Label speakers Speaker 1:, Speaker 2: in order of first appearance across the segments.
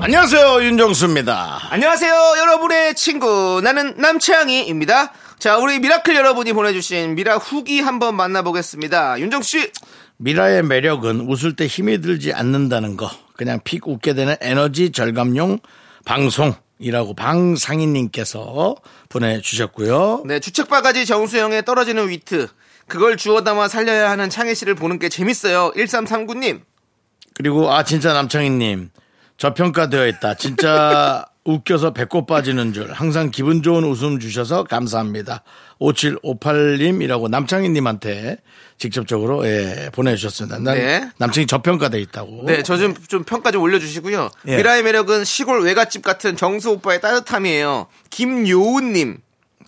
Speaker 1: 안녕하세요 윤정수입니다.
Speaker 2: 안녕하세요, 여러분의 친구. 나는 남채양이입니다. 자, 우리 미라클 여러분이 보내주신 미라 후기 한번 만나보겠습니다. 윤정씨,
Speaker 1: 미라의 매력은 웃을 때 힘이 들지 않는다는 거. 그냥 픽 웃게 되는 에너지 절감용 방송이라고 방상인님께서 보내주셨고요.
Speaker 2: 네, 주책바가지 정수영의 떨어지는 위트. 그걸 주워 담아 살려야 하는 창희 씨를 보는 게 재밌어요. 1339님.
Speaker 1: 그리고 아 진짜 남창희님 저평가되어 있다. 진짜 웃겨서 배꼽 빠지는 줄 항상 기분 좋은 웃음 주셔서 감사합니다. 5758님이라고 남창희님한테 직접적으로 예, 보내주셨습니다. 난
Speaker 2: 네.
Speaker 1: 남창희 저평가되어 있다고.
Speaker 2: 네, 저 좀 좀 평가 좀 올려주시고요.
Speaker 1: 예.
Speaker 2: 미라의 매력은 시골 외갓집 같은 정수 오빠의 따뜻함이에요. 김요은님.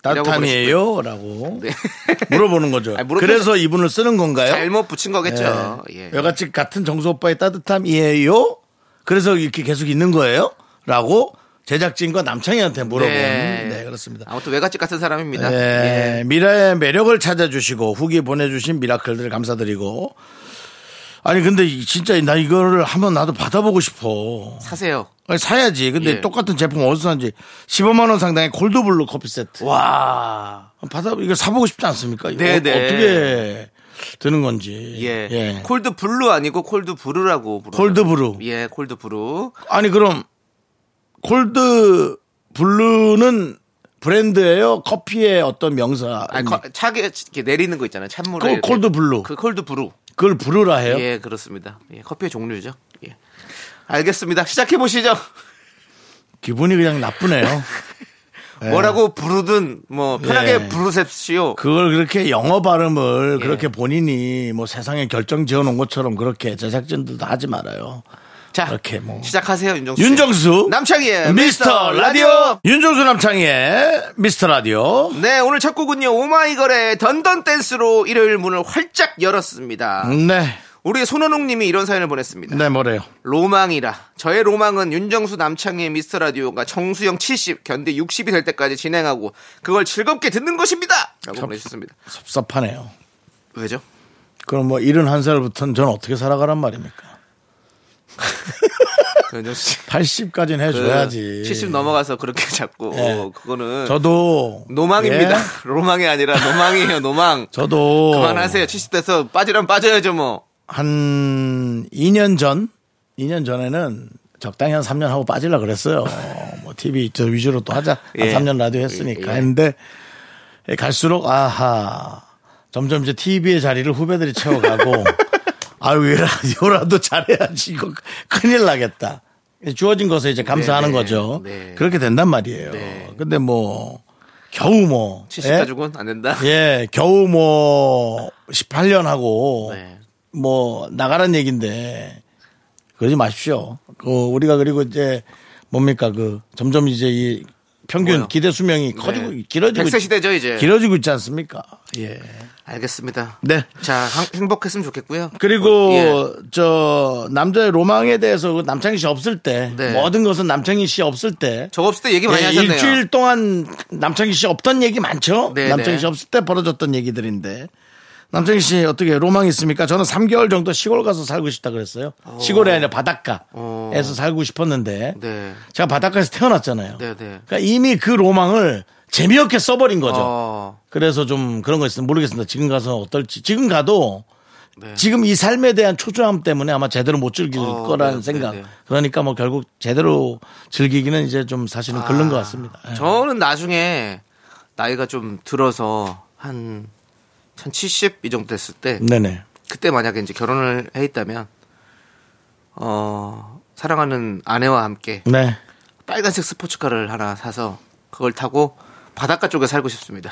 Speaker 1: 따뜻함이에요? 라고 물어보는 거죠.
Speaker 2: 아니, 물어보지-
Speaker 1: 그래서 이분을 쓰는 건가요?
Speaker 2: 잘못 붙인 거겠죠.
Speaker 1: 예.
Speaker 2: 예.
Speaker 1: 여같이 같은 정수 오빠의 따뜻함이에요? 그래서 이렇게 계속 있는 거예요? 라고 제작진과 남창희한테 물어본. 네, 그렇습니다.
Speaker 2: 아무튼 외갓집 같은 사람입니다.
Speaker 1: 예, 미라의 매력을 찾아주시고 후기 보내주신 미라클들 감사드리고 아니 근데 이- 진짜 나 이거를 한번 나도 받아보고 싶어
Speaker 2: 예. 사세요.
Speaker 1: 아니, 사야지 근데
Speaker 2: 예.
Speaker 1: 똑같은 제품 어디서 사는지 15만 원 상당의 골드블루 커피 세트
Speaker 2: 와.
Speaker 1: 받아 이거 사보고 싶지 않습니까? 이거
Speaker 2: 네, 네.
Speaker 1: 어떻게 드는 건지.
Speaker 2: 예. 콜드 블루 아니고 콜드 브루라고 부르.
Speaker 1: 콜드 브루.
Speaker 2: 예, 콜드 브루.
Speaker 1: 아니 그럼 콜드 블루는 브랜드예요? 커피의 어떤 명사?
Speaker 2: 아니, 거- 차게 이렇게 내리는 거 있잖아요. 찬물에.
Speaker 1: 그
Speaker 2: 이렇게.
Speaker 1: 콜드 블루.
Speaker 2: 그 콜드 브루.
Speaker 1: 그걸 브루라 해요?
Speaker 2: 예, 그렇습니다. 예, 커피의 종류죠. 예. 알겠습니다. 시작해 보시죠.
Speaker 1: 기분이 그냥 나쁘네요. 예.
Speaker 2: 뭐라고 부르든 뭐 편하게
Speaker 1: 예.
Speaker 2: 부르십시오.
Speaker 1: 그걸 그렇게 영어
Speaker 2: 예.
Speaker 1: 발음을 그렇게 본인이 뭐 세상에 결정 지어놓은 것처럼 그렇게 제작진들도 하지 말아요.
Speaker 2: 자,
Speaker 1: 그렇게 뭐.
Speaker 2: 시작하세요, 윤정수. 씨.
Speaker 1: 윤정수
Speaker 2: 남창희의
Speaker 1: 미스터 라디오 윤정수 남창희의 미스터 라디오
Speaker 2: 네, 오늘 첫 곡은요. 오마이걸의 던던 댄스로 일요일 문을 활짝 열었습니다.
Speaker 1: 네.
Speaker 2: 우리 손원웅 님이 이런 사연을 보냈습니다.
Speaker 1: 네, 뭐래요?
Speaker 2: 로망이라. 저의 로망은 윤정수 남창희의 미스터 라디오가 정수영 70, 견디 60이 될 때까지 진행하고 그걸 즐겁게 듣는 것입니다. 라고 보내주셨습니다.
Speaker 1: 섭섭하네요.
Speaker 2: 왜죠?
Speaker 1: 그럼 뭐 71살부터는 저는 어떻게 살아가란 말입니까?
Speaker 2: 윤정수 씨.
Speaker 1: 80까지는
Speaker 2: 그
Speaker 1: 해줘야지.
Speaker 2: 70 넘어가서 그렇게 자꾸
Speaker 1: 예.
Speaker 2: 어, 그거는
Speaker 1: 저도.
Speaker 2: 노망입니다.
Speaker 1: 예?
Speaker 2: 로망이 아니라 노망이에요. 노망.
Speaker 1: 저도. 뭐.
Speaker 2: 그만하세요. 70 돼서 빠지면 빠져야죠 뭐.
Speaker 1: 한 2년 전? 2년 전에는 적당히 한 3년 하고 빠질라 그랬어요. 뭐 TV 저 위주로 또 하자. 한
Speaker 2: 예.
Speaker 1: 3년 라디오 했으니까.
Speaker 2: 예, 예.
Speaker 1: 근데 예, 갈수록 아하. 점점 이제 TV의 자리를 후배들이 채워가고 아유, 왜 라디오라도 잘해야지. 이거 큰일 나겠다. 주어진 것에 이제 감사하는
Speaker 2: 네,
Speaker 1: 거죠.
Speaker 2: 네.
Speaker 1: 그렇게 된단 말이에요.
Speaker 2: 네.
Speaker 1: 근데 뭐 겨우 뭐
Speaker 2: 70
Speaker 1: 예?
Speaker 2: 가지고는 안 된다.
Speaker 1: 예, 겨우 뭐 18년 하고
Speaker 2: 네.
Speaker 1: 뭐 나가란 얘긴데 그러지 마십시오. 그 우리가 그리고 이제 뭡니까 그 점점 이제 이 평균
Speaker 2: 뭐요?
Speaker 1: 기대 수명이 커지고
Speaker 2: 네.
Speaker 1: 길어지고
Speaker 2: 100세
Speaker 1: 있-
Speaker 2: 시대죠, 이제.
Speaker 1: 길어지고 있지 않습니까? 예.
Speaker 2: 알겠습니다.
Speaker 1: 네.
Speaker 2: 자, 행- 행복했으면 좋겠고요.
Speaker 1: 그리고
Speaker 2: 예.
Speaker 1: 저 남자의 로망에 대해서 그 남창희 씨 없을 때
Speaker 2: 네.
Speaker 1: 모든 것은 남창희 씨 없을 때
Speaker 2: 저 없을 때 얘기 많이
Speaker 1: 예,
Speaker 2: 하셨네요.
Speaker 1: 일주일 동안 남창희 씨 없던 얘기 많죠?
Speaker 2: 네,
Speaker 1: 남창희
Speaker 2: 네.
Speaker 1: 씨 없을 때 벌어졌던 얘기들인데. 남창희 씨 어떻게 로망이 있습니까? 저는 3개월 정도 시골 가서 살고 싶다 그랬어요. 시골이 아니라
Speaker 2: 오.
Speaker 1: 바닷가에서 살고 싶었는데
Speaker 2: 어. 네.
Speaker 1: 제가 바닷가에서 태어났잖아요.
Speaker 2: 네, 네.
Speaker 1: 그러니까 이미 그 로망을 재미없게 써버린 거죠.
Speaker 2: 어.
Speaker 1: 그래서 좀 그런 거 있으면 모르겠습니다. 지금 가서 어떨지. 지금 가도
Speaker 2: 네.
Speaker 1: 지금 이 삶에 대한 초조함 때문에 아마 제대로 못 즐길
Speaker 2: 어,
Speaker 1: 거라는
Speaker 2: 네,
Speaker 1: 생각.
Speaker 2: 네, 네.
Speaker 1: 그러니까 뭐 결국 제대로 즐기기는 이제 좀 사실은 글른 것 같습니다. 예.
Speaker 2: 아, 저는 나중에 나이가 좀 들어서 한, 한 70 이 정도 됐을 때
Speaker 1: 네네.
Speaker 2: 그때 만약에 이제 결혼을 해 있다면 어, 사랑하는 아내와 함께
Speaker 1: 네.
Speaker 2: 빨간색 스포츠카를 하나 사서 그걸 타고 바닷가 쪽에 살고 싶습니다.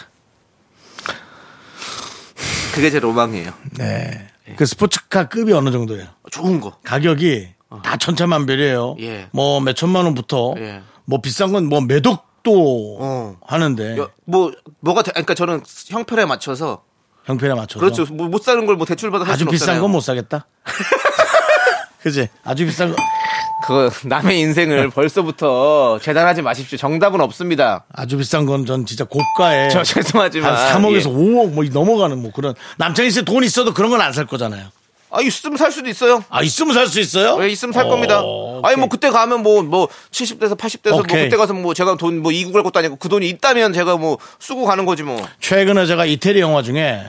Speaker 2: 그게 제 로망이에요.
Speaker 1: 네.
Speaker 2: 예.
Speaker 1: 그 스포츠카 급이 어느 정도예요?
Speaker 2: 좋은 거.
Speaker 1: 가격이 다 천차만별이에요.
Speaker 2: 어. 예.
Speaker 1: 뭐 몇천만 원부터
Speaker 2: 예.
Speaker 1: 뭐 비싼 건 뭐 매독도
Speaker 2: 어.
Speaker 1: 하는데
Speaker 2: 여- 뭐 뭐가 대, 그러니까 저는 형편에 맞춰서
Speaker 1: 형편에 맞춰서
Speaker 2: 그렇죠. 뭐, 못 사는 걸 뭐 대출 받아
Speaker 1: 어. 아주 비싼 건 못 사겠다. 그지? 아주 비싼 거
Speaker 2: 그 남의
Speaker 1: 네.
Speaker 2: 인생을 벌써부터 재단하지 마십시오. 정답은 없습니다.
Speaker 1: 아주 비싼 건 전 진짜 고가에
Speaker 2: 저 죄송하지만
Speaker 1: 어. 한 3억에서
Speaker 2: 예.
Speaker 1: 5억 뭐 넘어가는 뭐 그런 남창희 씨 돈 있어도 그런 건 안 살 거잖아요.
Speaker 2: 아 있으면 살 수도 있어요.
Speaker 1: 아 있으면 살 수 있어요?
Speaker 2: 예, 있으면 살
Speaker 1: 어,
Speaker 2: 겁니다. 아니
Speaker 1: 오케이.
Speaker 2: 뭐 그때 가면 뭐 뭐 70대에서 80대에서 뭐
Speaker 1: 오케이.
Speaker 2: 그때 가서 뭐 제가 돈 뭐 이국할 것도 아니고 그 돈이 있다면 제가 뭐 쓰고 가는 거지 뭐.
Speaker 1: 최근에 제가 이태리 영화 중에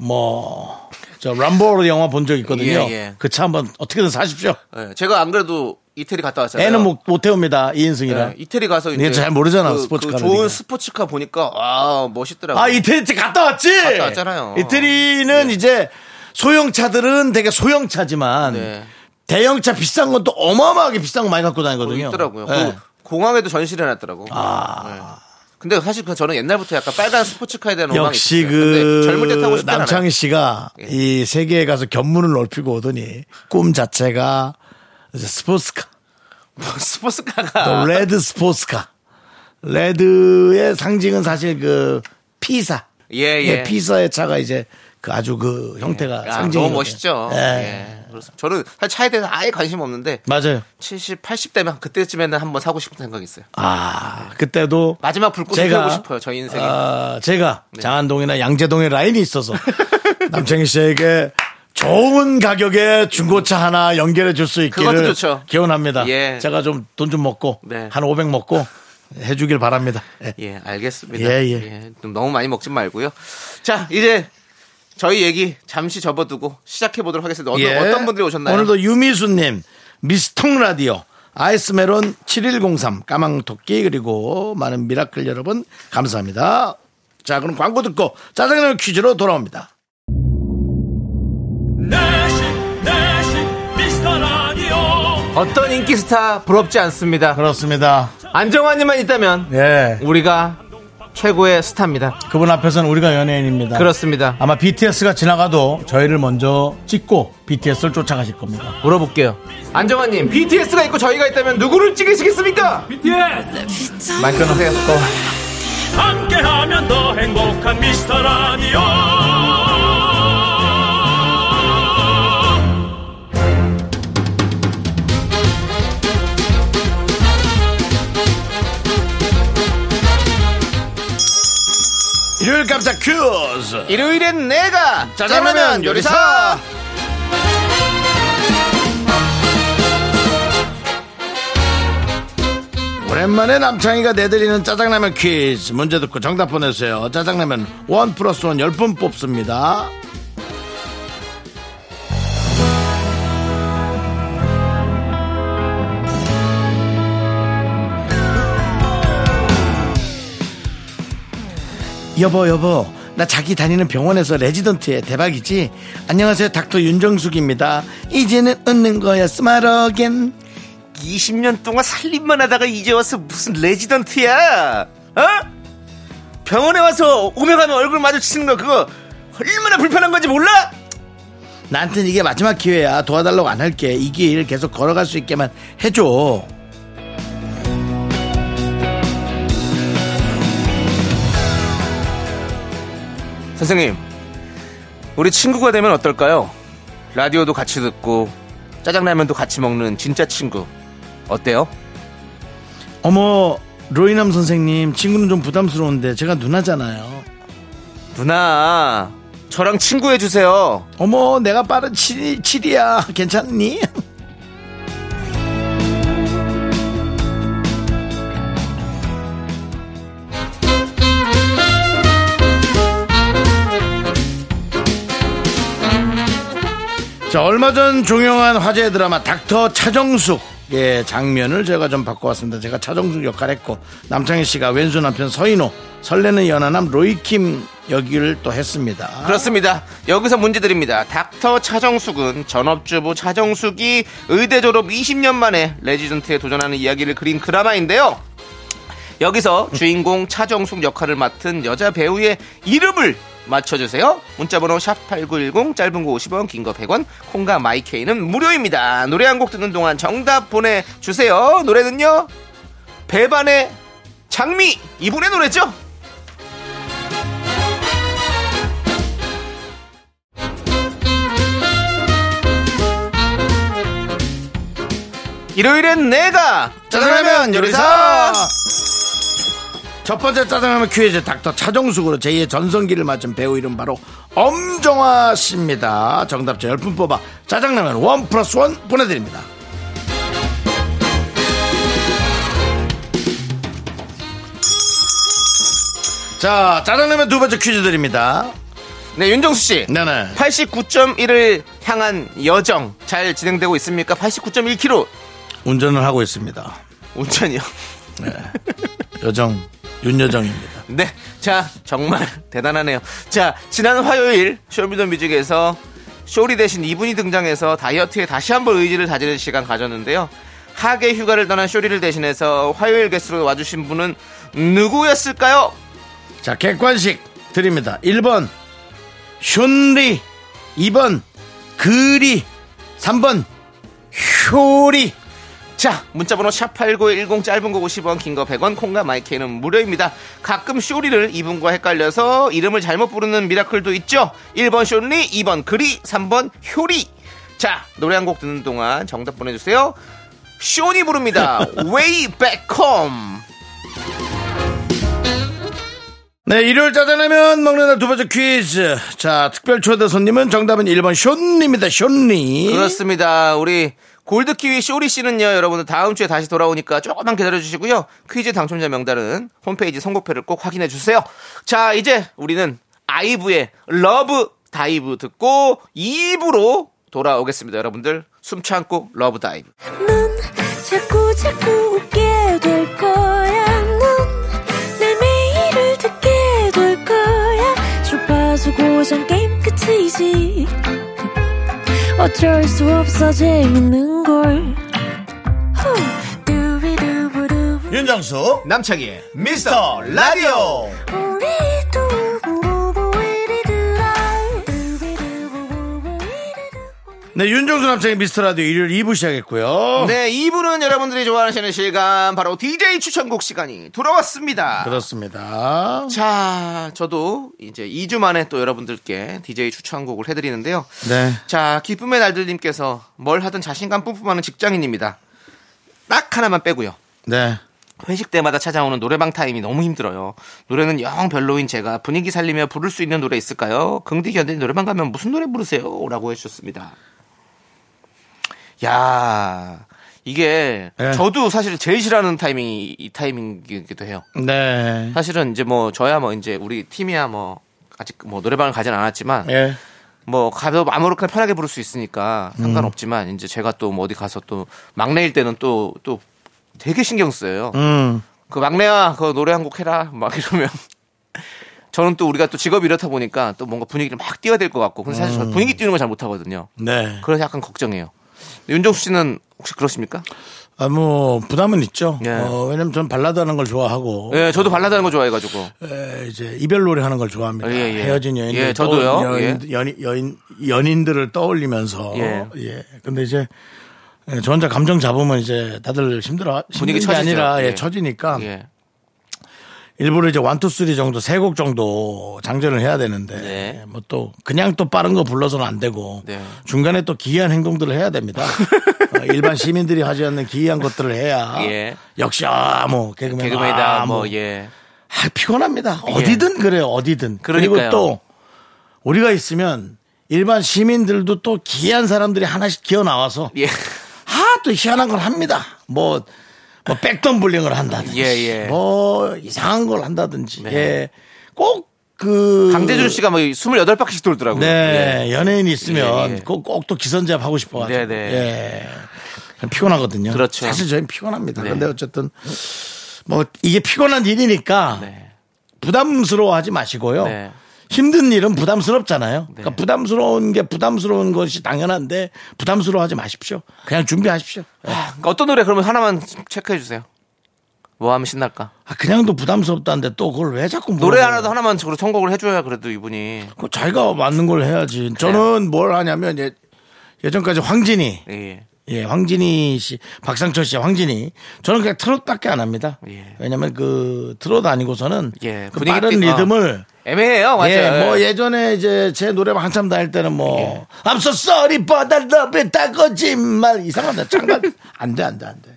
Speaker 1: 뭐. 저 람보르 영화 본 적 있거든요.
Speaker 2: 예, 예.
Speaker 1: 그 차 한번 어떻게든 사십시오.
Speaker 2: 예, 제가 안 그래도 이태리 갔다 왔잖아요.
Speaker 1: 애는 뭐 못, 못 태웁니다. 이인승이라.
Speaker 2: 예, 네. 이태리 가서
Speaker 1: 이게 잘 모르잖아, 스포츠카는
Speaker 2: 그 좋은
Speaker 1: 우리가.
Speaker 2: 스포츠카 보니까 아 멋있더라고.
Speaker 1: 아 이태리 때 갔다 왔지.
Speaker 2: 갔다 왔잖아요. 네.
Speaker 1: 이태리는 이제 소형차들은 되게 소형차지만
Speaker 2: 네.
Speaker 1: 대형차 비싼 건 또 어마어마하게 비싼 거 많이 갖고 다니거든요.
Speaker 2: 있더라고요.
Speaker 1: 네. 아.
Speaker 2: 그 공항에도 전시를 해놨더라고. 네. 근데 사실 그 저는 옛날부터 약간 빨간 스포츠카에 대한 로망이
Speaker 1: 역시
Speaker 2: 있었어요. 근데 젊을 때 타고
Speaker 1: 그
Speaker 2: 싶지 않아요.
Speaker 1: 남창희 씨가
Speaker 2: 예.
Speaker 1: 이 세계에 가서 견문을 넓히고 오더니 꿈 자체가 이제 스포츠카,
Speaker 2: 스포츠카가
Speaker 1: 또 레드 스포츠카, 레드의 상징은 사실 그 피사, 네,
Speaker 2: 예, 예.
Speaker 1: 피사의 차가 이제 그 아주 그 형태가
Speaker 2: 야,
Speaker 1: 상징이
Speaker 2: 너무 멋있죠.
Speaker 1: 예.
Speaker 2: 예. 그래서 저는 사실 차에 대해서 아예 관심 없는데
Speaker 1: 맞아요.
Speaker 2: 70, 80대면 그때쯤에는 한번 사고 싶은 생각이 있어요.
Speaker 1: 아 그때도
Speaker 2: 마지막 불꽃을 펴고 싶어요. 저 인생에. 네.
Speaker 1: 아, 제가 장안동이나 양재동에 라인이 있어서 남창희 씨에게 좋은 가격에 중고차 하나 연결해 줄 수
Speaker 2: 그것도
Speaker 1: 있기를
Speaker 2: 좋죠.
Speaker 1: 기원합니다.
Speaker 2: 예.
Speaker 1: 제가 좀 돈 좀 먹고
Speaker 2: 네.
Speaker 1: 한 500 먹고 해주길 바랍니다. 예.
Speaker 2: 예, 알겠습니다.
Speaker 1: 예, 예.
Speaker 2: 좀 너무 많이 먹지 말고요. 자, 이제 저희 얘기 잠시 접어두고 시작해 보도록 하겠습니다. 어떤,
Speaker 1: 예.
Speaker 2: 어떤 분들이 오셨나요?
Speaker 1: 오늘도 유미수님, 미스통 라디오, 아이스메론 7103, 까망토끼 그리고 많은 미라클 여러분 감사합니다. 자 그럼 광고 듣고 짜장면 퀴즈로 돌아옵니다.
Speaker 3: 내식 내식 미스터 라디오
Speaker 2: 어떤 인기 스타 부럽지 않습니다.
Speaker 1: 그렇습니다.
Speaker 2: 안정환님만 있다면
Speaker 1: 예.
Speaker 2: 우리가 최고의 스타입니다.
Speaker 1: 그분 앞에서는 우리가 연예인입니다.
Speaker 2: 그렇습니다.
Speaker 1: 아마 BTS가 지나가도 저희를 먼저 찍고 BTS를 쫓아가실 겁니다.
Speaker 2: 물어볼게요. 안정환님, BTS가 있고 저희가 있다면 누구를 찍으시겠습니까? BTS! 마이크 놓으세요.
Speaker 3: 함께하면 더 행복한 미스터 라디오
Speaker 1: 일요일 깜짝 퀴즈!
Speaker 2: 일요일엔 내가 짜장라면 요리사!
Speaker 1: 오랜만에 남창희가 내드리는 짜장라면 퀴즈. 문제 듣고 정답 보내주세요. 짜장라면 원 플러스 원 10분 뽑습니다. 여보 여보 나 자기 다니는 병원에서 레지던트에 대박이지 안녕하세요 닥터 윤정숙입니다 이제는 웃는 거야 스마러겐
Speaker 2: 20년 동안 살림만 하다가 이제 와서 무슨 레지던트야? 어? 병원에 와서 오며 가며 얼굴 마주치는 거 그거 얼마나 불편한 건지 몰라?
Speaker 1: 나한텐 이게 마지막 기회야 도와달라고 안 할게 이 길 계속 걸어갈 수 있게만 해줘
Speaker 2: 선생님, 우리 친구가 되면 어떨까요? 라디오도 같이 듣고 짜장라면도 같이 먹는 진짜 친구 어때요?
Speaker 1: 어머 로이남 선생님 친구는 좀 부담스러운데 제가 누나잖아요
Speaker 2: 누나, 저랑 친구 해주세요.
Speaker 1: 어머 내가 빠른 7, 7이야 괜찮니? 자 얼마 전 종영한 화제의 드라마 닥터 차정숙 의 장면을 제가 좀 바꿔왔습니다. 제가 차정숙 역할했고 남창희 씨가 왼손 남편 서인호 설레는 연하남 로이킴 역을 또 했습니다.
Speaker 2: 그렇습니다. 여기서 문제 드립니다. 닥터 차정숙은 전업주부 차정숙이 의대 졸업 20년 만에 레지던트에 도전하는 이야기를 그린 드라마인데요. 여기서 주인공 차정숙 역할을 맡은 여자 배우의 이름을 맞춰주세요. 문자번호 샵8910 짧은 거 50원 긴 거 100원 콩과 마이케이는 무료입니다. 노래 한 곡 듣는 동안 정답 보내주세요. 노래는요. 배반의 장미 이분의 노래죠. 일요일엔 내가 짜장라면 요리사
Speaker 1: 첫 번째 짜장라면 퀴즈 닥터 차정숙으로 제2의 전성기를 맞춘 배우 이름 바로 엄정화 씨입니다. 정답자 10분 뽑아 짜장라면 원 플러스 원 보내드립니다. 자, 짜장라면 두 번째 퀴즈 드립니다.
Speaker 2: 네 윤정수 씨
Speaker 1: 네네.
Speaker 2: 89.1을 향한 여정 잘 진행되고 있습니까? 89.1km
Speaker 1: 운전을 하고 있습니다.
Speaker 2: 운전이요.
Speaker 1: 여정, 윤여정입니다.
Speaker 2: 네. 자, 정말 대단하네요. 자, 지난 화요일 쇼미더뮤직에서 쇼리 대신 이분이 등장해서 다이어트에 다시 한번 의지를 다지는 시간 가졌는데요. 하계 휴가를 떠난 쇼리를 대신해서 화요일 게스트로 와주신 분은 누구였을까요?
Speaker 1: 자, 객관식 드립니다. 1번, 슌리. 2번, 그리. 3번, 효리.
Speaker 2: 자, 문자번호 샵8910 짧은 거 50원, 긴 거 100원, 콩과 마이크는 무료입니다. 가끔 쇼리를 이분과 헷갈려서 이름을 잘못 부르는 미라클도 있죠. 1번 쇼리, 2번 그리, 3번 효리. 자, 노래 한 곡 듣는 동안 정답 보내주세요. 쇼니 부릅니다. Way Back Home.
Speaker 1: 네, 일요일 짜장라면 먹는 날 두 번째 퀴즈. 자, 특별 초대 손님은 정답은 1번 슌리입니다.
Speaker 2: 예?
Speaker 1: 슌리.
Speaker 2: 그렇습니다. 우리 골드키위 쇼리 씨는요, 여러분들 다음 주에 다시 돌아오니까 조금만 기다려주시고요. 퀴즈 당첨자 명단은 홈페이지 선곡표를 꼭 확인해주세요. 자, 이제 우리는 아이브의 러브 다이브 듣고 2부로 돌아오겠습니다. 여러분들 숨 참고 러브 다이브.
Speaker 4: 넌 자꾸 자꾸 웃게 될 거야. 넌내 매일을 듣게 될 거야. 주파수 고정 게임 끝이지. 어쩔 수 없어 재밌는 걸. 후. 두비두부두.
Speaker 1: 윤정수.
Speaker 2: 남창희의 미스터 라디오.
Speaker 4: 우리 두부부부 우리 두라. 두비두부부부 우리 두부.
Speaker 1: 네, 윤정수 남창의 미스터라디오 일요일 2부 시작했고요.
Speaker 2: 네, 2부는 여러분들이 좋아하시는 시간, 바로 DJ 추천곡 시간이 돌아왔습니다.
Speaker 1: 그렇습니다.
Speaker 2: 자, 저도 이제 2주 만에 또 여러분들께 DJ 추천곡을 해드리는데요.
Speaker 1: 네.
Speaker 2: 자, 기쁨의 날들님께서 뭘 하든 자신감 뿜뿜하는 직장인입니다. 딱 하나만 빼고요.
Speaker 1: 네.
Speaker 2: 회식 때마다 찾아오는 노래방 타임이 너무 힘들어요. 노래는 영 별로인 제가 분위기 살리며 부를 수 있는 노래 있을까요? 긍디 견디 노래방 가면 무슨 노래 부르세요? 라고 해주셨습니다. 야 이게
Speaker 1: 예.
Speaker 2: 저도 사실 제일 싫어하는 타이밍이 이 타이밍이기도 해요.
Speaker 1: 네.
Speaker 2: 사실은 이제 뭐 저야 뭐 이제 우리 팀이야 뭐 아직 뭐 노래방을 가진 않았지만
Speaker 1: 예.
Speaker 2: 뭐 가도 아무렇게나 편하게 부를 수 있으니까
Speaker 1: 음.
Speaker 2: 상관없지만 이제 제가 또 뭐 어디 가서 또 막내일 때는 또 또 되게 신경 쓰여요.
Speaker 1: 음.
Speaker 2: 그 막내야 그 노래 한 곡 해라 막 이러면 저는 또 우리가 또 직업이 이렇다 보니까 또 뭔가 분위기를 막 띄워야 될 것 같고 근데 사실
Speaker 1: 음.
Speaker 2: 저 분위기 띄우는 걸 잘 못하거든요.
Speaker 1: 네.
Speaker 2: 그래서 약간 걱정해요. 근데 윤정수 씨는 혹시 그렇습니까?
Speaker 1: 아, 뭐, 부담은 있죠.
Speaker 2: 예.
Speaker 1: 어, 왜냐면 전 발라드 하는 걸 좋아하고.
Speaker 2: 예, 저도 발라드하는 거 좋아해가지고
Speaker 1: 에, 이제 이별 노래 하는 걸 좋아합니다.
Speaker 2: 예, 예.
Speaker 1: 헤어진 연인들,
Speaker 2: 예, 저도요.
Speaker 1: 떠올- 연인, 연인, 연인, 연인들을 떠올리면서
Speaker 2: 예.
Speaker 1: 예. 근데 이제 예, 저 혼자 감정 잡으면 이제 다들 힘들어
Speaker 2: 분위기
Speaker 1: 힘든 게
Speaker 2: 처지죠.
Speaker 1: 아니라 예,
Speaker 2: 예.
Speaker 1: 처지니까
Speaker 2: 예.
Speaker 1: 일부러 이제 원투 쓰리 정도 세 곡 정도 장전을 해야 되는데
Speaker 2: 네.
Speaker 1: 뭐 또 그냥 또 빠른 거 불러서는 안 되고
Speaker 2: 네.
Speaker 1: 중간에 또 기이한 행동들을 해야 됩니다. 어, 일반 시민들이 하지 않는 기이한 것들을 해야
Speaker 2: 예.
Speaker 1: 역시 아뭐 개그맨
Speaker 2: 개그맨이다
Speaker 1: 아,
Speaker 2: 뭐
Speaker 1: 뭐.
Speaker 2: 예.
Speaker 1: 아, 피곤합니다. 어디든 그래요, 어디든. 그리고
Speaker 2: 그러니까요.
Speaker 1: 또 우리가 있으면 일반 시민들도 또 기이한 사람들이 하나씩 기어 나와서
Speaker 2: 예.
Speaker 1: 아, 또 희한한 걸 합니다. 뭐, 뭐 백덤블링을 한다든지,
Speaker 2: 예, 예.
Speaker 1: 뭐 이상한 걸 한다든지, 예. 꼭 그
Speaker 2: 강재준 씨가 뭐 28바퀴씩 돌더라고요.
Speaker 1: 네 연예인이 있으면
Speaker 2: 어, 예, 예.
Speaker 1: 꼭 꼭 또 기선제압 하고 싶어가지고,
Speaker 2: 네, 네.
Speaker 1: 예. 피곤하거든요.
Speaker 2: 그렇죠.
Speaker 1: 사실 저희는 피곤합니다.
Speaker 2: 네.
Speaker 1: 근데 어쨌든 뭐 이게 피곤한 일이니까
Speaker 2: 예. 네.
Speaker 1: 부담스러워하지 마시고요.
Speaker 2: 네.
Speaker 1: 힘든 일은 부담스럽잖아요. 그러니까 부담스러운 게 부담스러운 것이 당연한데 부담스러워하지 마십시오. 그냥 준비하십시오. 예.
Speaker 2: 그러니까 어떤 노래 그러면 하나만 체크해 주세요. 뭐 하면 신날까?
Speaker 1: 아, 그냥도 부담스럽다는데 또 그걸 왜 자꾸
Speaker 2: 노래
Speaker 1: 물어봐요?
Speaker 2: 하나도 하나만 저로 선곡을 해줘야 그래도 이분이
Speaker 1: 그거
Speaker 2: 네.
Speaker 1: 자기가 맞는 걸 해야지. 저는 뭘 하냐면 예, 예전까지 황진이
Speaker 2: 예.
Speaker 1: 예, 황진희 씨, 박상철 씨와 황진희. 저는 그냥 트롯밖에 안 합니다.
Speaker 2: 예.
Speaker 1: 왜냐면 그 트롯 아니고서는
Speaker 2: 예,
Speaker 1: 그
Speaker 2: 분위기
Speaker 1: 빠른
Speaker 2: 띄- 어.
Speaker 1: 리듬을
Speaker 2: 애매해요, 맞아요.
Speaker 1: 예, 뭐 예전에 이제 제 노래방 한참 다닐 때는
Speaker 2: 예.
Speaker 1: 뭐 I'm so sorry but I love you 다 거짓말 이상하다 장난 안돼 안돼 안돼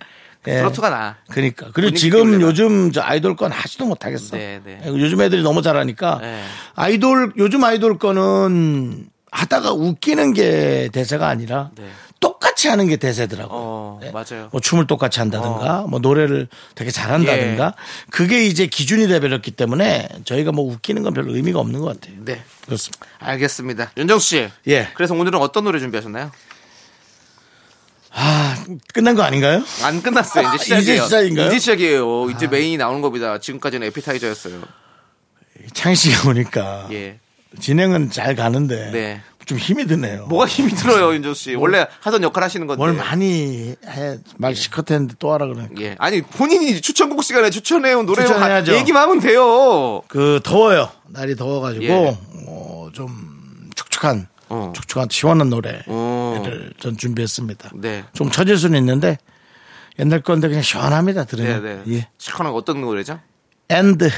Speaker 1: 예.
Speaker 2: 트로트가 나.
Speaker 1: 그러니까 그리고
Speaker 2: 분위기
Speaker 1: 지금
Speaker 2: 띄우려나.
Speaker 1: 요즘 저 아이돌 건 하지도 못하겠어 예,
Speaker 2: 네, 네.
Speaker 1: 요즘 애들이 너무 잘하니까
Speaker 2: 네.
Speaker 1: 아이돌 요즘 아이돌 거는 하다가 웃기는 게 대세가 아니라
Speaker 2: 네.
Speaker 1: 똑같이 하는 게 대세더라고요
Speaker 2: 어, 맞아요. 어.
Speaker 1: 뭐 춤을 똑같이 한다든가 뭐 노래를 되게 잘한다든가
Speaker 2: 예.
Speaker 1: 그게 이제 기준이 돼버렸기 때문에 저희가 뭐 웃기는 건 별로 의미가 없는 것 같아요.
Speaker 2: 네.
Speaker 1: 그렇습니다.
Speaker 2: 알겠습니다. 윤정수 씨.
Speaker 1: 예.
Speaker 2: 그래서 오늘은 어떤 노래 준비하셨나요?
Speaker 1: 아 끝난 거 아닌가요?
Speaker 2: 안 끝났어요. 이제
Speaker 1: 아,
Speaker 2: 시작이에요.
Speaker 1: 이제 시작인가요? 아.
Speaker 2: 이제 시작이에요. 이제 메인이 나오는 겁니다. 지금까지는 에피타이저였어요.
Speaker 1: 창희 씨가 오니까
Speaker 2: 예.
Speaker 1: 아. 진행은 잘 가는데
Speaker 2: 네.
Speaker 1: 좀 힘이 드네요.
Speaker 2: 뭐가 힘이 들어요, 윤정수 씨. 원래 하던 역할 하시는 건데.
Speaker 1: 뭐. 뭘 많이 해말 시컷 했는데 또 하라 그러니까
Speaker 2: 네. 예. 아니, 본인이 추천곡 시간에 추천해온 노래
Speaker 1: 추천해야죠.
Speaker 2: 얘기만 하면 돼요.
Speaker 1: 그 더워요. 날이 더워가지고
Speaker 2: 예.
Speaker 1: 어, 좀 축축한
Speaker 2: 어.
Speaker 1: 축축한 시원한 노래를
Speaker 2: 어.
Speaker 1: 전 준비했습니다.
Speaker 2: 네.
Speaker 1: 좀 처질 수는 있는데 옛날 건데 그냥 시원합니다
Speaker 2: 네,
Speaker 1: 들으면.
Speaker 2: 네.
Speaker 1: 예.
Speaker 2: 시커나 어떤 노래죠?
Speaker 1: 엔드.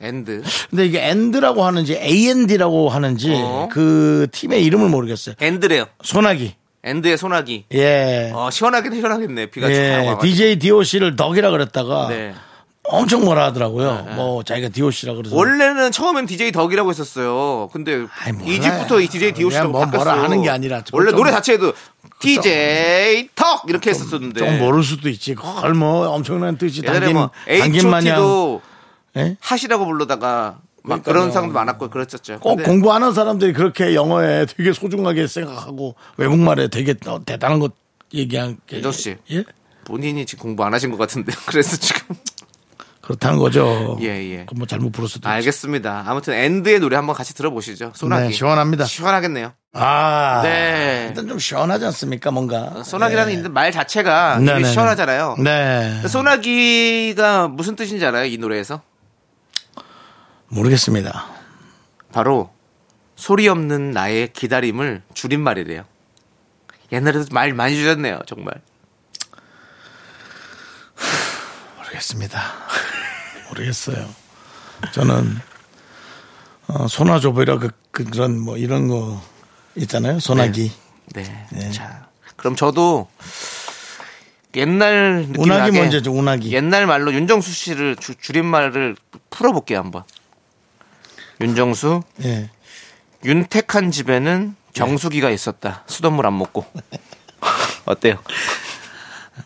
Speaker 2: 엔드.
Speaker 1: 근데 이게 엔드라고 하는지 AND라고 하는지
Speaker 2: 어.
Speaker 1: 그 팀의 이름을 모르겠어요.
Speaker 2: 엔드래요.
Speaker 1: 소나기.
Speaker 2: 엔드의 소나기.
Speaker 1: 예.
Speaker 2: 어, 시원하긴 시원하겠네. 비가 쭉
Speaker 1: 예.
Speaker 2: 와가지고.
Speaker 1: DJ DOC를 덕이라 그랬다가
Speaker 2: 네.
Speaker 1: 엄청 뭐라 하더라고요. 뭐 자기가 DOC라 그래서
Speaker 2: 원래는 처음엔 DJ 덕이라고 했었어요. 근데
Speaker 1: 아이, 몰라요.
Speaker 2: 이집부터 DJ
Speaker 1: 그냥
Speaker 2: 디오씨라고
Speaker 1: 뭐
Speaker 2: 바뀌었어.
Speaker 1: 뭐라 하는 게 아니라 좀-
Speaker 2: 원래
Speaker 1: 좀-
Speaker 2: 노래 자체도 DJ 덕 이렇게 했었었는데.
Speaker 1: 좀 모를 수도 있지. 그걸 뭐 엄청난 뜻이
Speaker 2: 네. 예전에
Speaker 1: 담긴
Speaker 2: 뭐
Speaker 1: 담긴 마냥
Speaker 2: H.O.T.도
Speaker 1: 예?
Speaker 2: 하시라고 부르다가 막
Speaker 1: 그러니까요.
Speaker 2: 그런 사람도 많았고 그랬었죠.
Speaker 1: 꼭
Speaker 2: 근데
Speaker 1: 공부하는 사람들이 그렇게 영어에 되게 소중하게 생각하고 외국말에 되게 어, 대단한 것 얘기한 게
Speaker 2: 이정 씨.
Speaker 1: 예?
Speaker 2: 본인이 지금 공부 안 하신 것 같은데. 그래서 지금
Speaker 1: 그렇다는 거죠.
Speaker 2: 예, 예.
Speaker 1: 그뭐 잘못 불었어도
Speaker 2: 알겠습니다. 아무튼 엔드의 노래 한번 같이 들어보시죠. 소나기.
Speaker 1: 네, 시원합니다.
Speaker 2: 시원하겠네요.
Speaker 1: 아,
Speaker 2: 네.
Speaker 1: 일단 좀 시원하지 않습니까? 뭔가
Speaker 2: 소나기라는 말 자체가
Speaker 1: 네,
Speaker 2: 되게
Speaker 1: 네, 네.
Speaker 2: 시원하잖아요.
Speaker 1: 네,
Speaker 2: 소나기가 무슨 뜻인지 알아요? 이 노래에서?
Speaker 1: 모르겠습니다.
Speaker 2: 바로 소리 없는 나의 기다림을 줄임말이래요. 옛날에도 말 많이 주셨네요, 정말.
Speaker 1: 모르겠습니다. 모르겠어요. 저는 어, 소나조보이라 그, 그 그런 뭐 이런 거 있잖아요. 소나기.
Speaker 2: 네.
Speaker 1: 네.
Speaker 2: 자, 그럼 저도 옛날 느낌
Speaker 1: 운하기
Speaker 2: 나게
Speaker 1: 먼저죠. 운하기.
Speaker 2: 옛날 말로 윤정수 씨를 주, 줄임말을 풀어볼게요, 한번. 윤정수,
Speaker 1: 예.
Speaker 2: 윤택한 집에는 정수기가 있었다. 수돗물 안 먹고. 어때요?